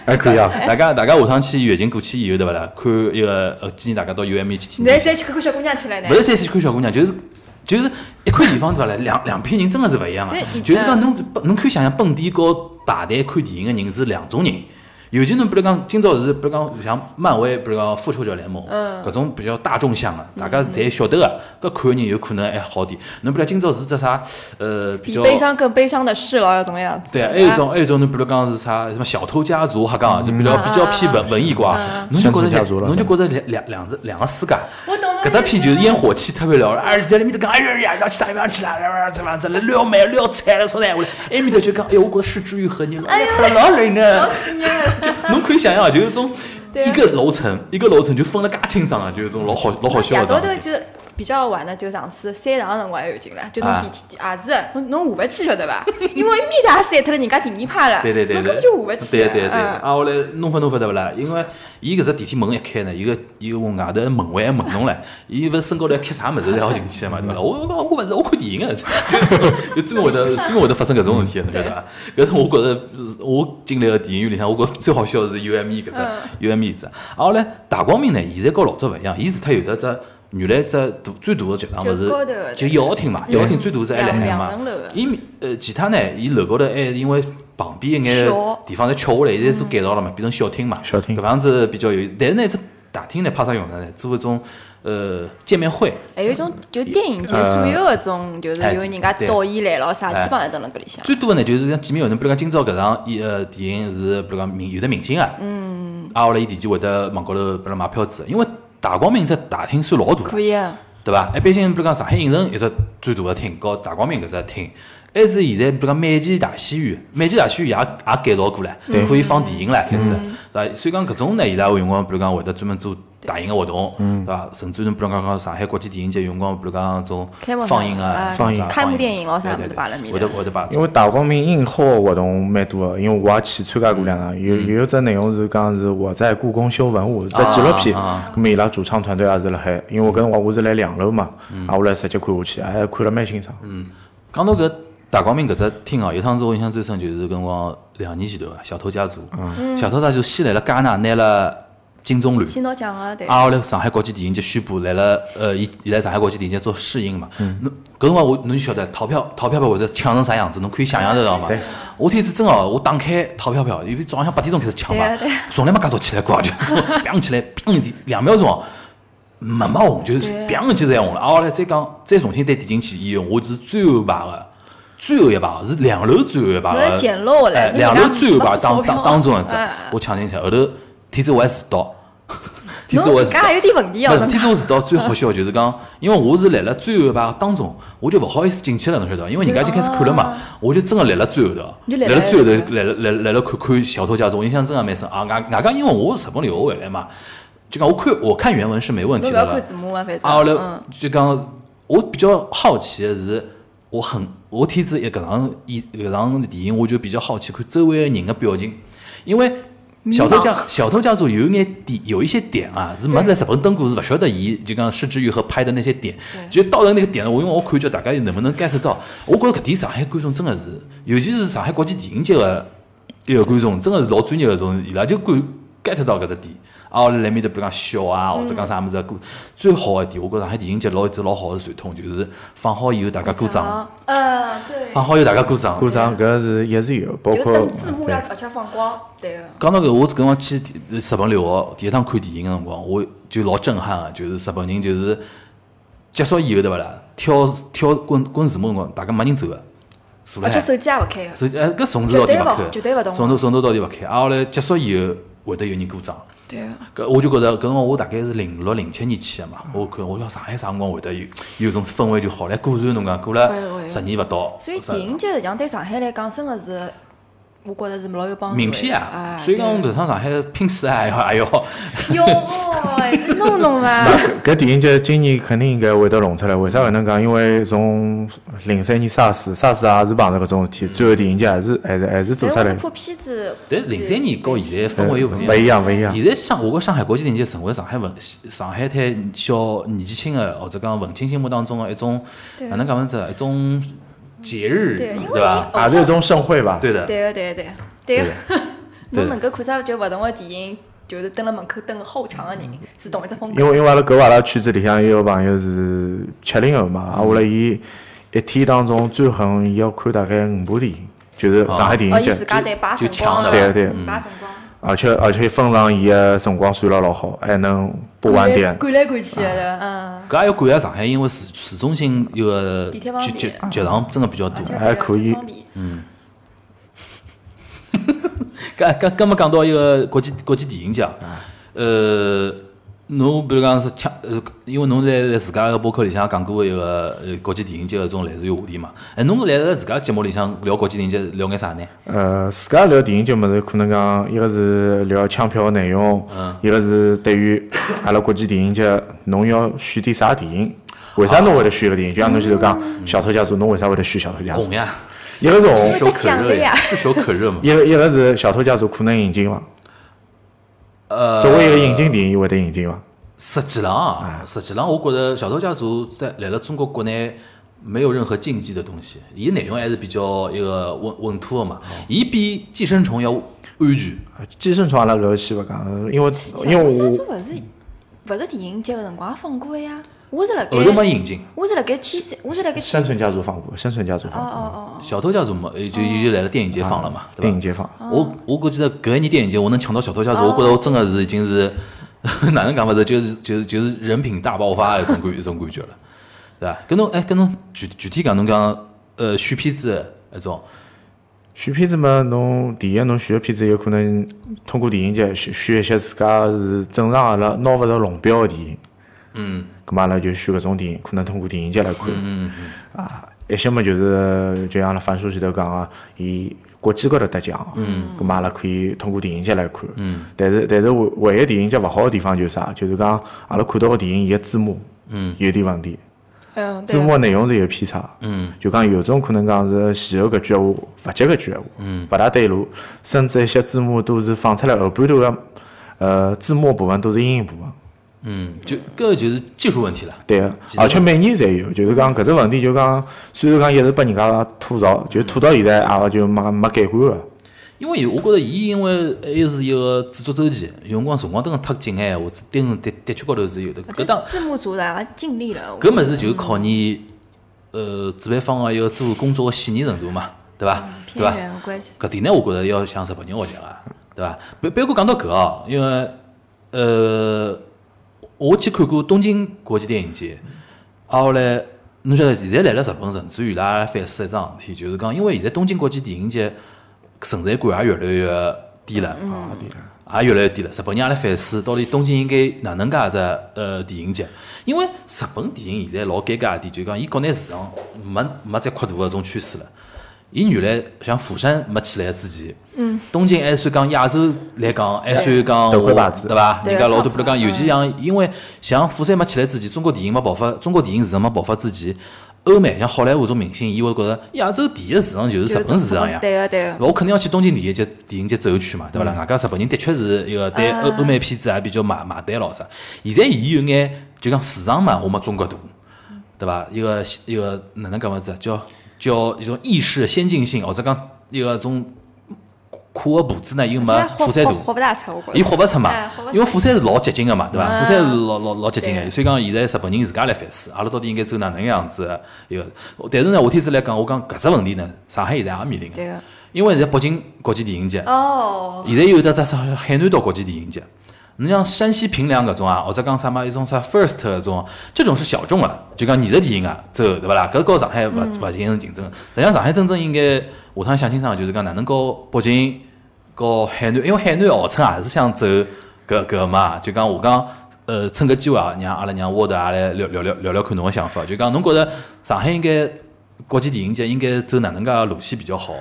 还可以啊。大家大家下趟去月经过去以后，对勿啦？看一个呃，建议大家到 U M E 去体现验在。再去看看小姑娘去了呢勿。是三去看小姑娘，就是就是一块地方对伐？来两两批人真的是勿一样啊对！以就是讲嗯侬侬可以想象蹦迪和排队看电影个人是两种人。尤其侬比如讲，今朝是比如讲像漫威，比如讲复仇者联盟，嗯搿种比较大众向个，大家侪晓得个，搿看个人有可能还好点。侬比如讲今朝是只啥，呃，比比较悲伤更悲伤的事了，要怎么样？对，啊还有一种，还有一种，侬比如讲是啥，什么小偷家族，瞎嗯讲就比较比较偏文文艺挂，侬就觉乡村家着族了侬就觉着两两两只两个世界，我懂了搿搭片就是烟火气特别了，而且在里面头讲哎呀呀，要去哪一边去啦，然后怎么样子来撩妹撩菜了，从哪回来，埃面头就讲哎呀，我觉着失之愈合你了，哎呀，老人呢好，喜人，就侬可以想象，就是种对啊一个楼层一个楼层就分了介清爽啊，就是种老好老好笑夜的到状态。头就比较晚了，就上次散场的辰光也有劲了，就啊侬电梯也是，侬侬下勿去晓得伐？ 因为面搭散脱了，人家第二排了，对对对侬对根本，就下勿去。对对对，嗯啊，后来弄法弄法对勿啦？因为伊搿只电梯门一开呢，伊个伊个外头门卫还问侬唻，伊勿是身高头要贴啥物事才好进去的嘛，对嗯伐？我我我勿是我看电影个， 就专门会得专门会得发生搿种事体啊的，侬晓得伐？搿是我觉着我进来个电影院里向，我觉着最好笑的是 U M E 搿嗯只 U M E 搿只。啊，后来大光明呢，现在跟老早勿一样，伊除脱有得只。原来只大最大个剧场就物事高头的嗯就一号厅嘛，一号厅最大是还辣海两嘛两层楼的，伊呃其他呢，伊楼高头还因为旁边一眼小地方侪吃下来，现在做改造了嘛，变成小厅嘛。小厅搿房子比较有，但是呢，这大厅呢，派啥用呢？做一种呃见面会，还哎有一种就电影节所有搿种，就是哎有人家对导演来了啥，哎基本上都辣搿里向。最多的呢就是像见面会，侬比如讲今朝搿场伊呃电影是比如讲明有的明星啊，嗯，啊后来伊提前会得网高头比如买票子，因为大光明这大厅算老大了，可以啊，对伐？一般性比如讲上海影城一只最大的厅，和大光明搿只厅，还是现在比如讲美琪大戏院，美琪大戏院也也改造过了，可以放电影了开始，嗯对伐？所以讲搿种呢，伊拉有辰光比如讲会得专门做大型个活动，嗯对伐？甚至侬比如讲讲上海国际电影节有辰光，比如讲种开幕放映啊啊，放映开幕电影咯啥对对物事摆辣面会得会得摆。因为大光明映后的活动蛮多的，因为我也去参加过两场，有有一只内容是讲是我在故宫修文物，是只纪录片啊啊，咁么伊拉主创团队也是辣海，因为我搿辰光我是来两楼嘛，啊我来直接看下去，还看了蛮清爽。讲到搿大光明搿只厅哦，有趟子我印象最深就是搿辰光两年前头啊，小偷家族，嗯嗯小偷家族先来了戛纳拿了金棕榈。先拿奖个对。啊，后来上海国际电影节宣布来了，呃，伊伊来上海国际电影节做试映嘛。侬搿辰光我侬就晓得淘票淘票票会得抢成啥样子，侬可以想象得到嘛对。我天子真哦，我打开淘票票，因为早浪向八点钟开始抢嘛对啊对啊，从来没介早起来过啊，就 从砰起来，砰一点两秒钟。哦没没红，就是对啊砰一记侪红了。啊后来再讲，再重新再点进去以后，我是最后一排个，最后一排个是两楼最后一排侬个，是捡漏了哎是人两家楼最后一排没付当钞票当当中一只哎哎，我抢进去，后头天子我还迟到，天子我还侬自迟到家。还有点问题不哦，是，侬天中迟到最好笑就是讲，因为我是来了最后一排当中，我就勿好意思进去了，侬晓得伐？因为人家已经开始看了嘛，我就真个来了最后头，你就来来了了最后头，来了来了来了看看小偷家族，我印象真个蛮深啊！外外加因为我是日本留学回来嘛，就讲我看我看原文是没问题侬勿的要了看，字幕啊，反正。啊，后来嗯就讲，我比较好奇的是，我很我天子一搿场一搿场电影，我就比较好奇看周围的人的表情，因为小偷家小偷家族有一眼点有一些点啊，是没在日本登过，是勿晓得伊就讲失之愈合拍的那些点，就到了那个点了，我因为我看叫大家能不能 get 到，我觉着搿点上海观众真的是，尤其是上海国际电影节的。一个观众真个是老专业的种，伊拉就感 get 到搿只点。啊，我辣埃面搭比如讲笑啊，或者讲啥物事啊，歌最好个一点，我觉着上海电影节老有一只老好个传统，就是放好以后大家鼓掌，好。嗯，对。放好以后大家鼓掌。鼓掌搿是一直有，包就括等字幕对要而且放光，对啊个。讲到搿，我搿辰光去日本留学，第一趟看电影个辰光，我就老震撼个，就是日本人就是结束以后对勿啦，跳跳滚滚字幕辰光，大家没人走个，坐辣而且海。手机也勿开个。所以哎，搿从头到底勿看，啊绝对勿绝对勿动从头从头到底勿看。啊，后来结束以后会得有人鼓掌，对啊个。搿我就觉着搿辰光我大概是零六零七年去个嘛，嗯我看我讲上海啥辰光会得有有种氛围就好唻。果然侬讲过会会了会十年勿到，所以啥电影节实际上对上海来讲，真个是，我觉着是老有帮助的。名片啊，哎所以讲对搿趟上海拼死啊还要还 要。哟，哎弄 弄哎伐？搿电影节今年肯定应该会得弄出来，为啥搿能讲？因为从零三年啊 SARS SARS 也是碰着搿种事体，最后电影节还是还是还是做但出我来是，怕片子。但零三年和现在氛围又勿一勿样。一样勿一样。现在上，我觉上海国际电影节成为上海文上海滩小年纪轻的或者讲文青心目当中的一种对哪能讲法子啊，一种节日，对因为对吧？也是一种盛会吧，对的，对个对个对个对 对的个。，对侬的能够看出就勿同个电影，就是蹲辣门口等个后场个嗯人啊是同一只风格。哦因为因为阿拉搿阿拉圈子里向也有朋友是七零后嘛，啊，我拉伊一天当中最狠伊要看大概五部电影，就是上海电哦，影伊节自，家对摆就辰抢光了啊，对对嗯摆辰光。而且而且分上伊个辰光算了老好，还能不晚点。赶来赶去的，嗯，搿也要感谢上海，因为市市中心有个地铁方啊集便集集场真的比较多。就还可以比较方便嗯搿搿搿么讲到一个国际国际电影节啊，呃，侬比如讲是抢，呃，因为侬在在自家个博客里向讲过一个呃国际电影节搿种类似于话题嘛，哎，侬辣辣自家节目里向聊国际电影节聊眼啥呢？呃，自家聊电影节么子，可能讲一个是聊抢票个内容，一个是对于阿拉国际电影节，侬要选点啥电影？为啥侬会得选一个电影？就像侬前头讲《小偷家族》，侬为啥会得选《小偷家族红》？呀，一个是红因，为炙手得可奖啊热了呀呀，炙手可热嘛。一个一个是《小偷家族》可能引进伐？呃，作为一个引进电影，会得引进伐？ 实际上啊，实际上我觉着《小偷家族》在来了中国国内没有任何禁忌的东西，伊内容还是比较一个稳稳妥的嘛，伊比《寄生虫》要安全。寄生虫阿拉搿个先勿讲，因为因为我我勿是勿是电影节个辰光也放过呀，我是辣盖后头没引进，我是辣盖天山，我是辣盖天生存家族放过，生存家族放哦过，哦哦，小偷家族嘛，呃就伊就来了电影节放了嘛，对哦电影吧？节放。我我估计得搿一年电影节，我能抢到小偷家族，我觉着我真的是已经是 哪能讲法子，就是就是就是人品大爆发的一种感一种感觉了，对吧？跟侬哎，跟侬具具体讲，侬讲呃选片子那种，选片子嘛，侬第一侬选个片子有可能通过电影节选选一些自家是正常阿拉拿勿着龙标个电影。嗯。咁嘛阿拉就选搿种电影，可能通过电影节来看。嗯啊，一些嘛就是就像阿拉樊叔前头讲个，伊国际高头得奖。嗯。咁嘛阿拉可以通过电影节来看。嗯。但是但是唯唯一电影节勿好个地方就是啥，就是讲阿拉看到个电影伊个字幕。嗯。有点问题。嗯，字对幕内容是有偏差，嗯，就讲有种可能讲是前后搿句闲话勿接搿句闲话，嗯，勿大对路，甚至一些字幕都是放出来后半段个，呃，字幕部分都是英译部分，嗯，就搿就是技术问题了。对个，而且每年侪有，就是讲搿只问题就讲，虽然讲一直拨人家吐槽，就吐到现在也就没没改观个，因为我觉着伊因为还是一个制作周期，有辰光辰光真个忒紧哎，或者盯着的的确高头是有的。搿当对，字幕组大家尽力了，搿物事就是考验呃主办方个一个做工作个细腻程度嘛，对伐？对伐嗯偏？远关系，搿点呢，我觉着要向日本人学习啊，对伐？别别过讲到搿哦，因为呃，我去看过东京国际电影节，啊后来侬晓得现在来了日本，甚至于伊拉反思一桩事体，就是讲因为现在东京国际电影节存在感也越来越低了，嗯啊也越来越低了。日本人也辣反思，到底东京应该哪能介只呃电影节？因为日本电影现在老尴尬一点，就是讲伊国内市场没没再扩大搿种趋势了。伊原来像釜山没起来之前，嗯，东京还算讲亚洲来讲，还算讲头盔牌我子对伐？对人家老 top 多比如讲，嗯尤其像因为像釜山没起来之前，中国电影没爆发，中国电影市场没爆发之前，欧美像好莱坞这种明星，伊会觉着亚洲第一市场就是就是日本市场呀。对个对啊个，我肯定要去东京电影节电影节走一圈嘛，对勿嗯啦？外加日本人的确是一个啊对欧欧美片子也比较买买单咯啥。现在伊有眼就讲市场嘛，我们中国大，对伐？一个一个哪能讲法子啊？叫叫一种意识的先进性，或者讲一个种跨个步子呢又现没在活负山大活。活不大出，我觉伊着。豁勿出嘛哎豁勿，出因为釜山是老激进个嘛，对伐？嗯釜山是老老老激进个，对所以讲现在日本人自家来反思，阿拉到底应该走哪能样子的一个？但是呢，我天子来讲，我讲搿只问题呢，上海现在也面临个，对个。因为现在北京国际电影节，哦，现在有得只啥海南岛国际电影节，侬像山西平凉搿种啊，或者讲啥嘛，一种啥 First 搿种，这种是小众啊，就讲艺术电影啊，走对勿啦？搿和上海勿勿形成竞争。实际上上海真正应该下趟想清爽，就是讲哪能和北京、和海南，因为海南号称也是想走搿搿嘛，就讲我讲。呃，趁搿机会啊，让阿拉娘沃德也来聊聊聊聊聊看侬个想法，就讲侬觉着上海应该国际电影节应该走哪能介路线比较好？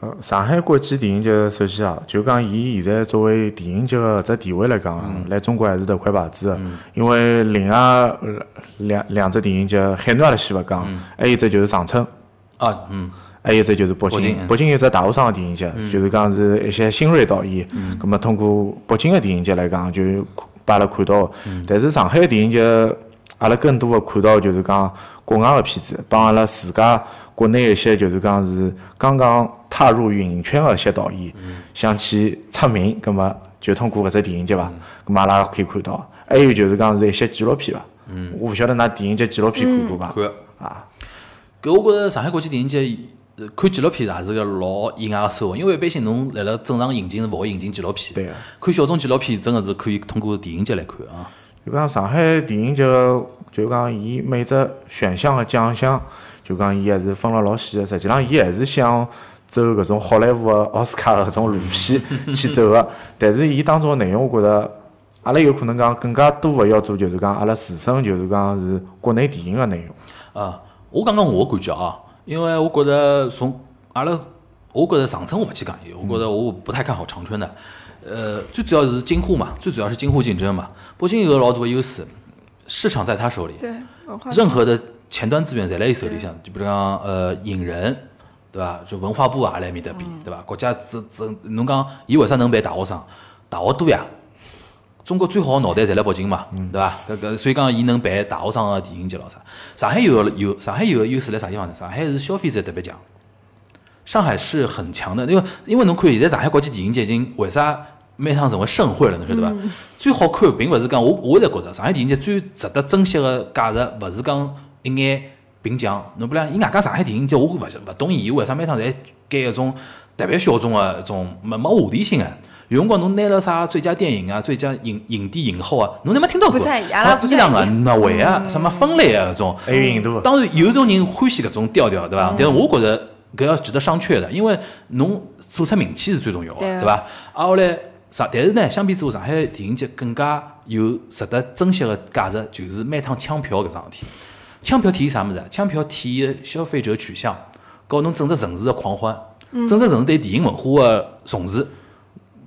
呃上海国际电影节首先啊，就讲伊现在作为电影节个只地位来讲啊，来中国还是头块牌子个。因为另外呃两两只电影节，海南阿拉先勿讲，还有一只就是长春，啊，嗯，还有一只就是北北京京嗯。北京有一只大学生个电影节，就是讲是一些新锐导演。咁么通过北京个电影节来讲，就把阿拉看到。但是上海个电影节，阿拉更多个看到就是讲国外个片子，帮阿拉自家国内一些就是讲是刚刚踏入影圈个一些导演，想去出名，咁么就通过搿只电影节伐，咁么阿拉可以看到。还有就是讲是一些纪录片伐。我勿晓得㑚电影节纪录片看过伐？看搿我觉着上海国际电影节呃看纪录片也是个老意外个收获，因为一般性侬辣辣正常引进是勿会引进纪录片，对啊个。看小众纪录片真个是可以通过电影节来看啊。就讲上海电影节，就讲伊每只选项个奖项，就讲伊还是分了老细个。实际上，伊还是想走搿种好莱坞个奥斯卡个搿种路 线去走个。但是，伊当中个内容，我觉着阿拉有可能讲更加多个要做，就是讲阿拉自身就是讲是国内电影个内容。啊，我讲讲我个感觉啊，因为我觉着从阿拉，我觉着长春我勿去讲伊，我觉着我不太看好长春的。呃，最主要是京沪嘛，最主要是京沪竞争嘛。北京有个老大个优势，市场在他手里。对，文化任何的前端资源侪辣伊手里向，就比如讲呃引人，对伐？就文化部啊也辣埃面搭比，嗯对伐？国家这这侬讲伊为啥能办大学生？大学多呀，中国最好的脑袋侪辣北京嘛，对伐？搿搿所以讲伊能办大学生个电影节咾啥？上海有个有上海有个优势辣啥地方呢？上海是消费者特别强。上海是很强的，因为因为侬看现在上海国际电影节已经为啥每趟成为盛会了，侬晓得伐？最好看并勿是讲我我现在觉得上海电影节最值得珍惜个价值，勿是讲一眼评奖，侬不然伊外加上海电影节，我勿晓勿懂伊为啥每趟侪盖一种特别小众个一种没没话题性个。有辰光侬拿了啥最佳电影啊、最佳影影帝、影后啊，侬侪没听到过。不在意阿拉啥不伊在朗啊、意挪威啊、什么芬兰啊搿种，还有印度个，当然，有种人欢喜搿种调调，对嗯伐？但是我觉着搿要值得商榷的，因为侬做出名气是最重要的，对对啊伐？啊，后来上，但是呢，相比之下，上海电影节更加有值得珍惜的价值，就是每趟抢票搿桩事体。抢票体现啥物事啊？抢票体现消费者取向，和侬整只城市的狂欢，嗯整只城市对电影文化的重视，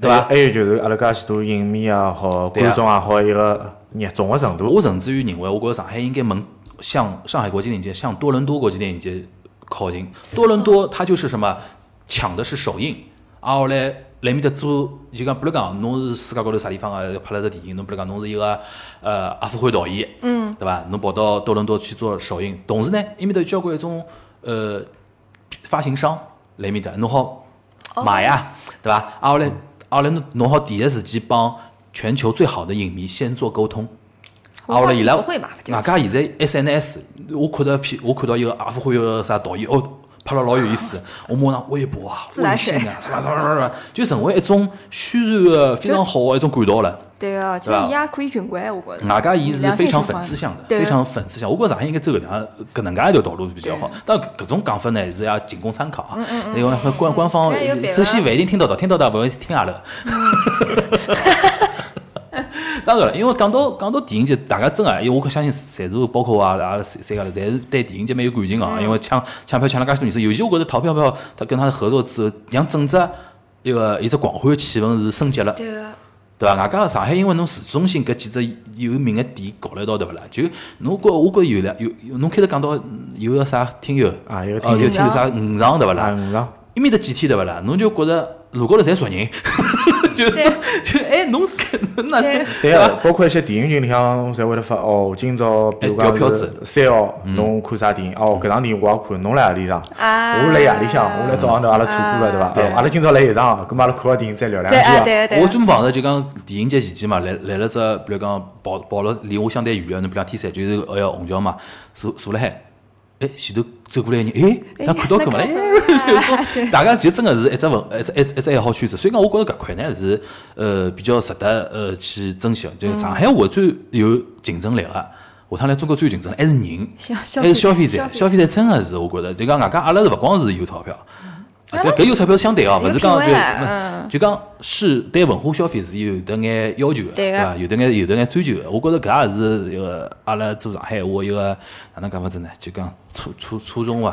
对伐？还有就是阿拉介许多影迷也好，对啊观众也好，一个热衷个程度。我甚至于认为，我觉得上海应该门向上海国际电影节、向多伦多国际电影节靠近。多伦多它就是什么，抢的是首映，然后嘞。来面搭做，就讲比如讲，侬是世界高头啥地方个拍了只电影，侬比如讲侬是一个呃阿富汗导演，嗯，对伐？侬跑到多伦多去做首映，同时呢，埃面搭有交关一种呃发行商来面搭，侬好哦买呀，对伐？啊后来啊后来侬侬好第一时间帮全球最好的影迷先做沟通，啊后来伊拉文化交流会嘛不就外加现在 SNS，我看到一篇，我看到一个阿富汗一个啥导演哦。拍了老有意 思，我马上微博啊、自来微水信啊，啥啥啥啥啥，就成为一种宣传的非常好的一种管道了。对啊个，其对实吧啊伊也可以循环，我觉着。外加伊是嗯良性非常循粉环丝向的，对非常粉丝向。我觉着上海应该走搿能样搿能介一条道路比较好。但搿搿种讲法呢，是也仅供参考啊。因为官官方嗯哎有别的首先勿一定听得到，听得到勿会听阿拉的。嗯 当然了，因为讲到讲到电影节，大家真啊，因为我相信侪是包括我啊阿拉阿拉三三个人，侪是对电影节蛮有感情个嗯啊。因为抢抢票抢了介许多年数，尤其我觉着淘票票，他跟他合作之后，让整只一个一只狂欢气氛是升级了。对啊个，对伐？外加上海，因为侬市中心搿几只有名个店搞了一道，对勿啦？就侬觉，我觉得有两有有，侬开头讲到嗯有个啥听友啊有个哦听友有听友啥五常对勿啊，啦？五常。伊面搭几天对勿啦？侬就觉着路高头侪熟人， 就是对这就哎，侬侬哪能对对啊个，包括一些电影群里向侪会得发哦，今朝比如哎调讲票是子嗯三号侬看啥电影？哦，搿场电影我也看，侬来何里场？啊我来夜里向，我来早上头，阿拉错过了对伐？对哦阿拉今朝来有场，咁阿拉看个电影再聊两对啊，句对伐？个对我个，专门碰着就讲电影节期间嘛，来来了只，比如讲跑跑了离我相对远的，侬比如讲天山，就是哎呀虹桥嘛，坐坐了海，哎前头走过来一个人，哎，他看到搿么哎嘞？那个大 家就真个是一只文一只一只一只爱好圈子，所以讲我觉着搿块呢是呃比较值得呃去珍惜的。就是上嗯海话最有竞争力个，下趟来中国最有竞争力还是人，消消还是消费费者者，消费者真个是我觉着，就讲外加阿拉是勿光是有钞票。啊嗯对，搿有钞票相对哦，有勿是讲品就味啊嗯就讲是对文化消费是有得眼要求的，对对个伐？有得眼有得眼追求的。我觉着搿也是一个阿拉做上海话一个哪能讲法子呢？就讲初初初衷 伐，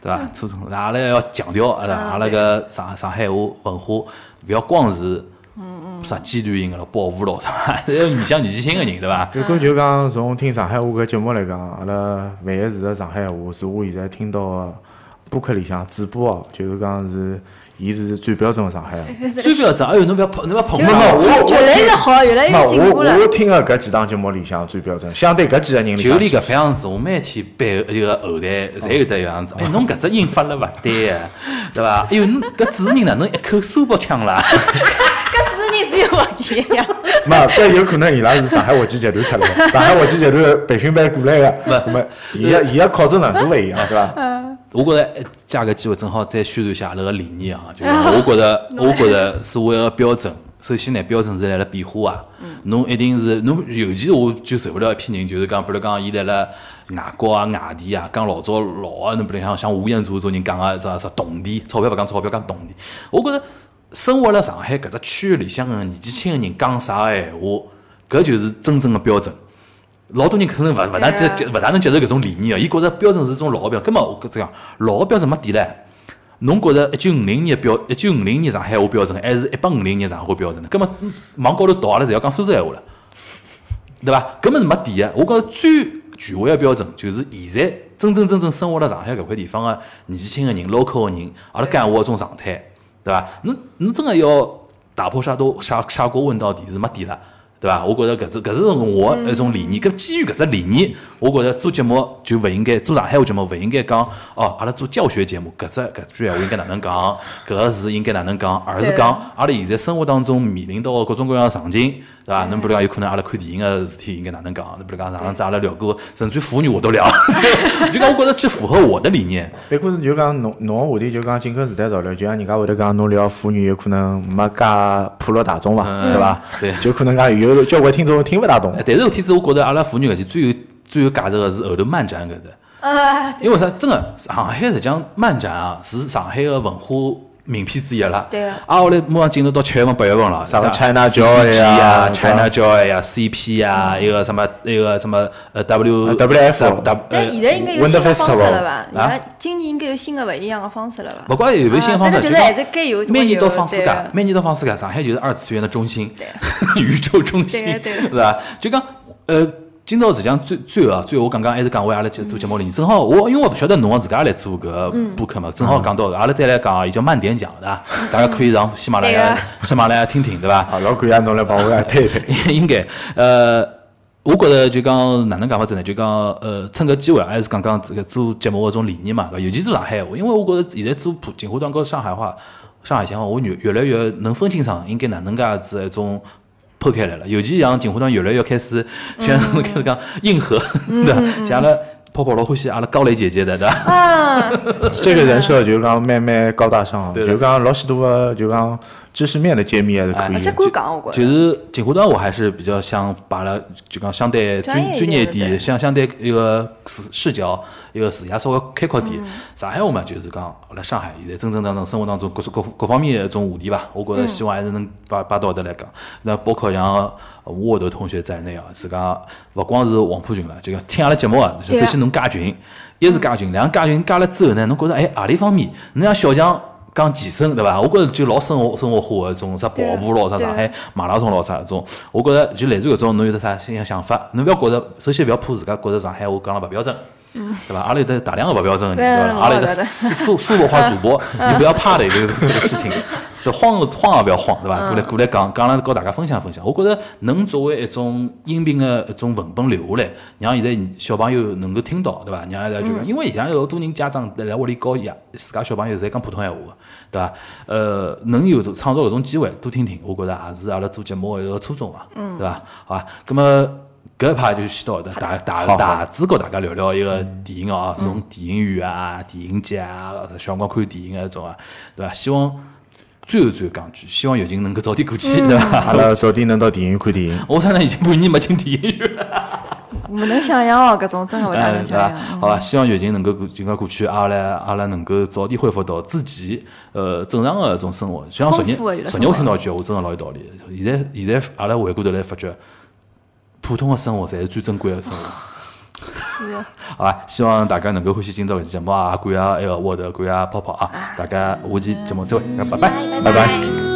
对伐？初衷，阿拉要强调啊，阿拉对搿上上海话文化勿要光是嗯啥鸡卵型个了，保护咯啥，还 要面向年纪轻个人，对伐？就搿就讲从听上海话搿节目来讲，阿拉万一是个上海话，是我现在听到个播客里向主播哦，就是讲是伊是最标准个上海话。最不要这，哎呦，侬勿要碰，侬勿要碰就我没嘛有我越来越好，越来那越进步了我。我听个搿几档节目里向最标准，相对搿几个人里就向连搿副样子，我每天背一个后台，侪有得一样子。哎，侬搿只音发了勿对啊， 对伐？哎哟，侬搿主持人哪能一口收包腔啦？搿主持人是有问题的呀，没，搿有可能伊拉是上海话剧集团出来的，上海话剧集团的培训班过来的，那么伊个伊个考证程度勿一样，对伐？我觉着借搿机会正好再宣传一下阿拉个理念啊，就是我觉着，我觉着所谓个标准，首先呢，标准是辣辣变化啊。侬一定是侬，尤其是我就受勿了一批人，就是讲，比如讲，伊辣辣外国啊、外地啊，讲老早老个，侬比如像像吴彦祖这种人讲个啥啥动地，钞票勿讲钞票，讲动地。我觉着生活辣上海搿只区域里向个年纪轻个人讲啥闲话，搿就是真正个标准。老多人可能勿勿大接接勿大能接受搿种理念啊，伊觉着标准是种老标，根本我搿这样老标准没底唻。侬觉着一九五零年的标，一九五零年上海话标准，还是一八五零年上海话标准呢？根本网高头读阿拉侪要讲苏州闲话了，对伐？根本是没底啊个。我觉着最权威个标准就是现在真真正正生活辣上海搿块地方个年纪轻个人、local 个人，阿拉讲话搿种状态，对伐？侬侬真个要打破砂锅砂砂锅问到底是没底了。对伐？我觉着搿只搿是我一种理念，搿基于搿只理念，我觉着做节目就勿应该做上海话节目，勿应该讲哦，阿拉做教学节目，搿只搿句闲话应该哪能讲，搿个字应该哪能讲，而是对讲阿拉现在生活当中面临到的各种各样的场景，对伐？侬比如讲有可能阿拉看电影个事体应该哪能讲，侬比如讲上次阿拉聊过，甚至于腐女我都聊， 就讲我觉着这符合我的理念，别可是就讲侬侬个话题就讲紧跟时代潮流，就像人家会得讲侬聊妇女有可能没介普罗大众伐，对伐？对就可能讲有交关听众听勿大懂，但是有天子我觉着阿拉腐女搿期最有最有价值个是后头漫展搿搭。啊，对因为啥？真的，上海实际上漫展啊，是上海个文化名片之一啦。对啊啊，后来马上进入到七月份、八月份了，啥个么 China Joy 啊啊，China Joy 啊，CP 啊，一个什么一个什么呃 W 呃 WF W 但呃现在应该有 Winter 新的方式 Festival，了吧？现啊在今年应该有新的勿一样的方式了吧？不管有没有新的方式，啊就但是觉得还是该有每年都放这暑么有假对，啊每年都放暑假，上海就是二次元的中心， 宇宙中心，对啊对是吧？就讲呃。今朝实际上最最后啊，最后我刚刚还是讲为阿拉去做节目里，正好我因为我不晓得侬自家来做搿个嗯播客嘛，正好讲到阿拉再来讲啊，也叫慢点讲 对伐？大家可以上喜马拉雅对啊喜马拉雅听听对伐？啊，老感谢侬来帮我推一推。 应该，呃，我觉着就讲哪能讲法子呢？就讲呃，趁搿机会还是讲讲这个做节目搿种理念嘛，对伐？尤其是上海话，因为我觉着现在做普锦华端高上海话、上海腔话，我越越来越能分清爽应该哪能介子一种。剖开来了，尤其像锦华端越来越开始，像开始讲硬核， 对伐？像阿拉泡泡老欢 喜阿拉高磊姐姐的，对伐？啊，这个人设就讲慢慢高大上，对的就讲老许多个就讲知识面的揭秘还是可以而且的。敢讲我就觉得。是锦湖端，我还是比较想把它就讲相对专专业一专业点的点，对相相对一个视视角，一个视野稍微开阔嗯点。上海话嘛，就是讲来上海现在真正当中生活当中各种各各方面的一种话题吧，我觉着希望还是能把把到的来讲。那包括像呃我后头同学在内啊，是讲勿光是黄浦群了，就讲听阿拉节目啊，对首啊先侬加群，一是加群，两加群加了之后呢，侬觉着哎何里方面，侬像小强。讲健身对伐？我觉着就老生活生活化的一种啥跑对啊步咯，啥对上啊海哎马拉松咯啥搿种，我觉着就类似搿种，侬有得啥新的想法？侬勿要觉着，首先勿要怕自家觉着上海话讲了勿标准，对伐？阿拉有得大量个勿标准个人，对伐？嗯阿拉有得我觉得数数数字化主播，你不要怕的这个这个事情，对，慌个慌也勿要慌，对伐？过来过来讲，讲了跟大家分享分享。我觉着能作为一种音频个一种文本留下来，让现在小朋友能够听到，对伐？让大家就讲，因为现在有好多人家长来屋里教爷自家小朋友侪讲普通闲话个，对伐？呃，能有创造搿种机会，多听听，我觉着也是阿拉做节目的一个初衷伐，对伐？好伐？咁么。搿一趴就先到搿搭，大大大致跟大家聊聊一个电影啊，从电影院啊、电影节啊，小辰光看电影啊，种啊，对伐？希望最后最后讲句，希望疫情能够早点过去，对伐？阿拉早点能到电影院看电影。 我现在已经半年没进电影院了，勿能想象哦，搿种真个勿大哎能对想伐象。？好伐？希望疫情能够过尽快过去，阿拉阿拉能够早点恢复到自己呃正常个一种生活。就像昨日丰富的娱乐昨生活日我听到一句话，我真个老有道理。现在现在阿拉回过头来发觉，普通个生活才是最珍贵个生活。哦是啊的 好吧，希望大家能够欢喜今朝搿期哎啊节目啊，感谢埃个沃德，感谢泡泡啊，大家下期节目再会，拜拜，拜拜拜。拜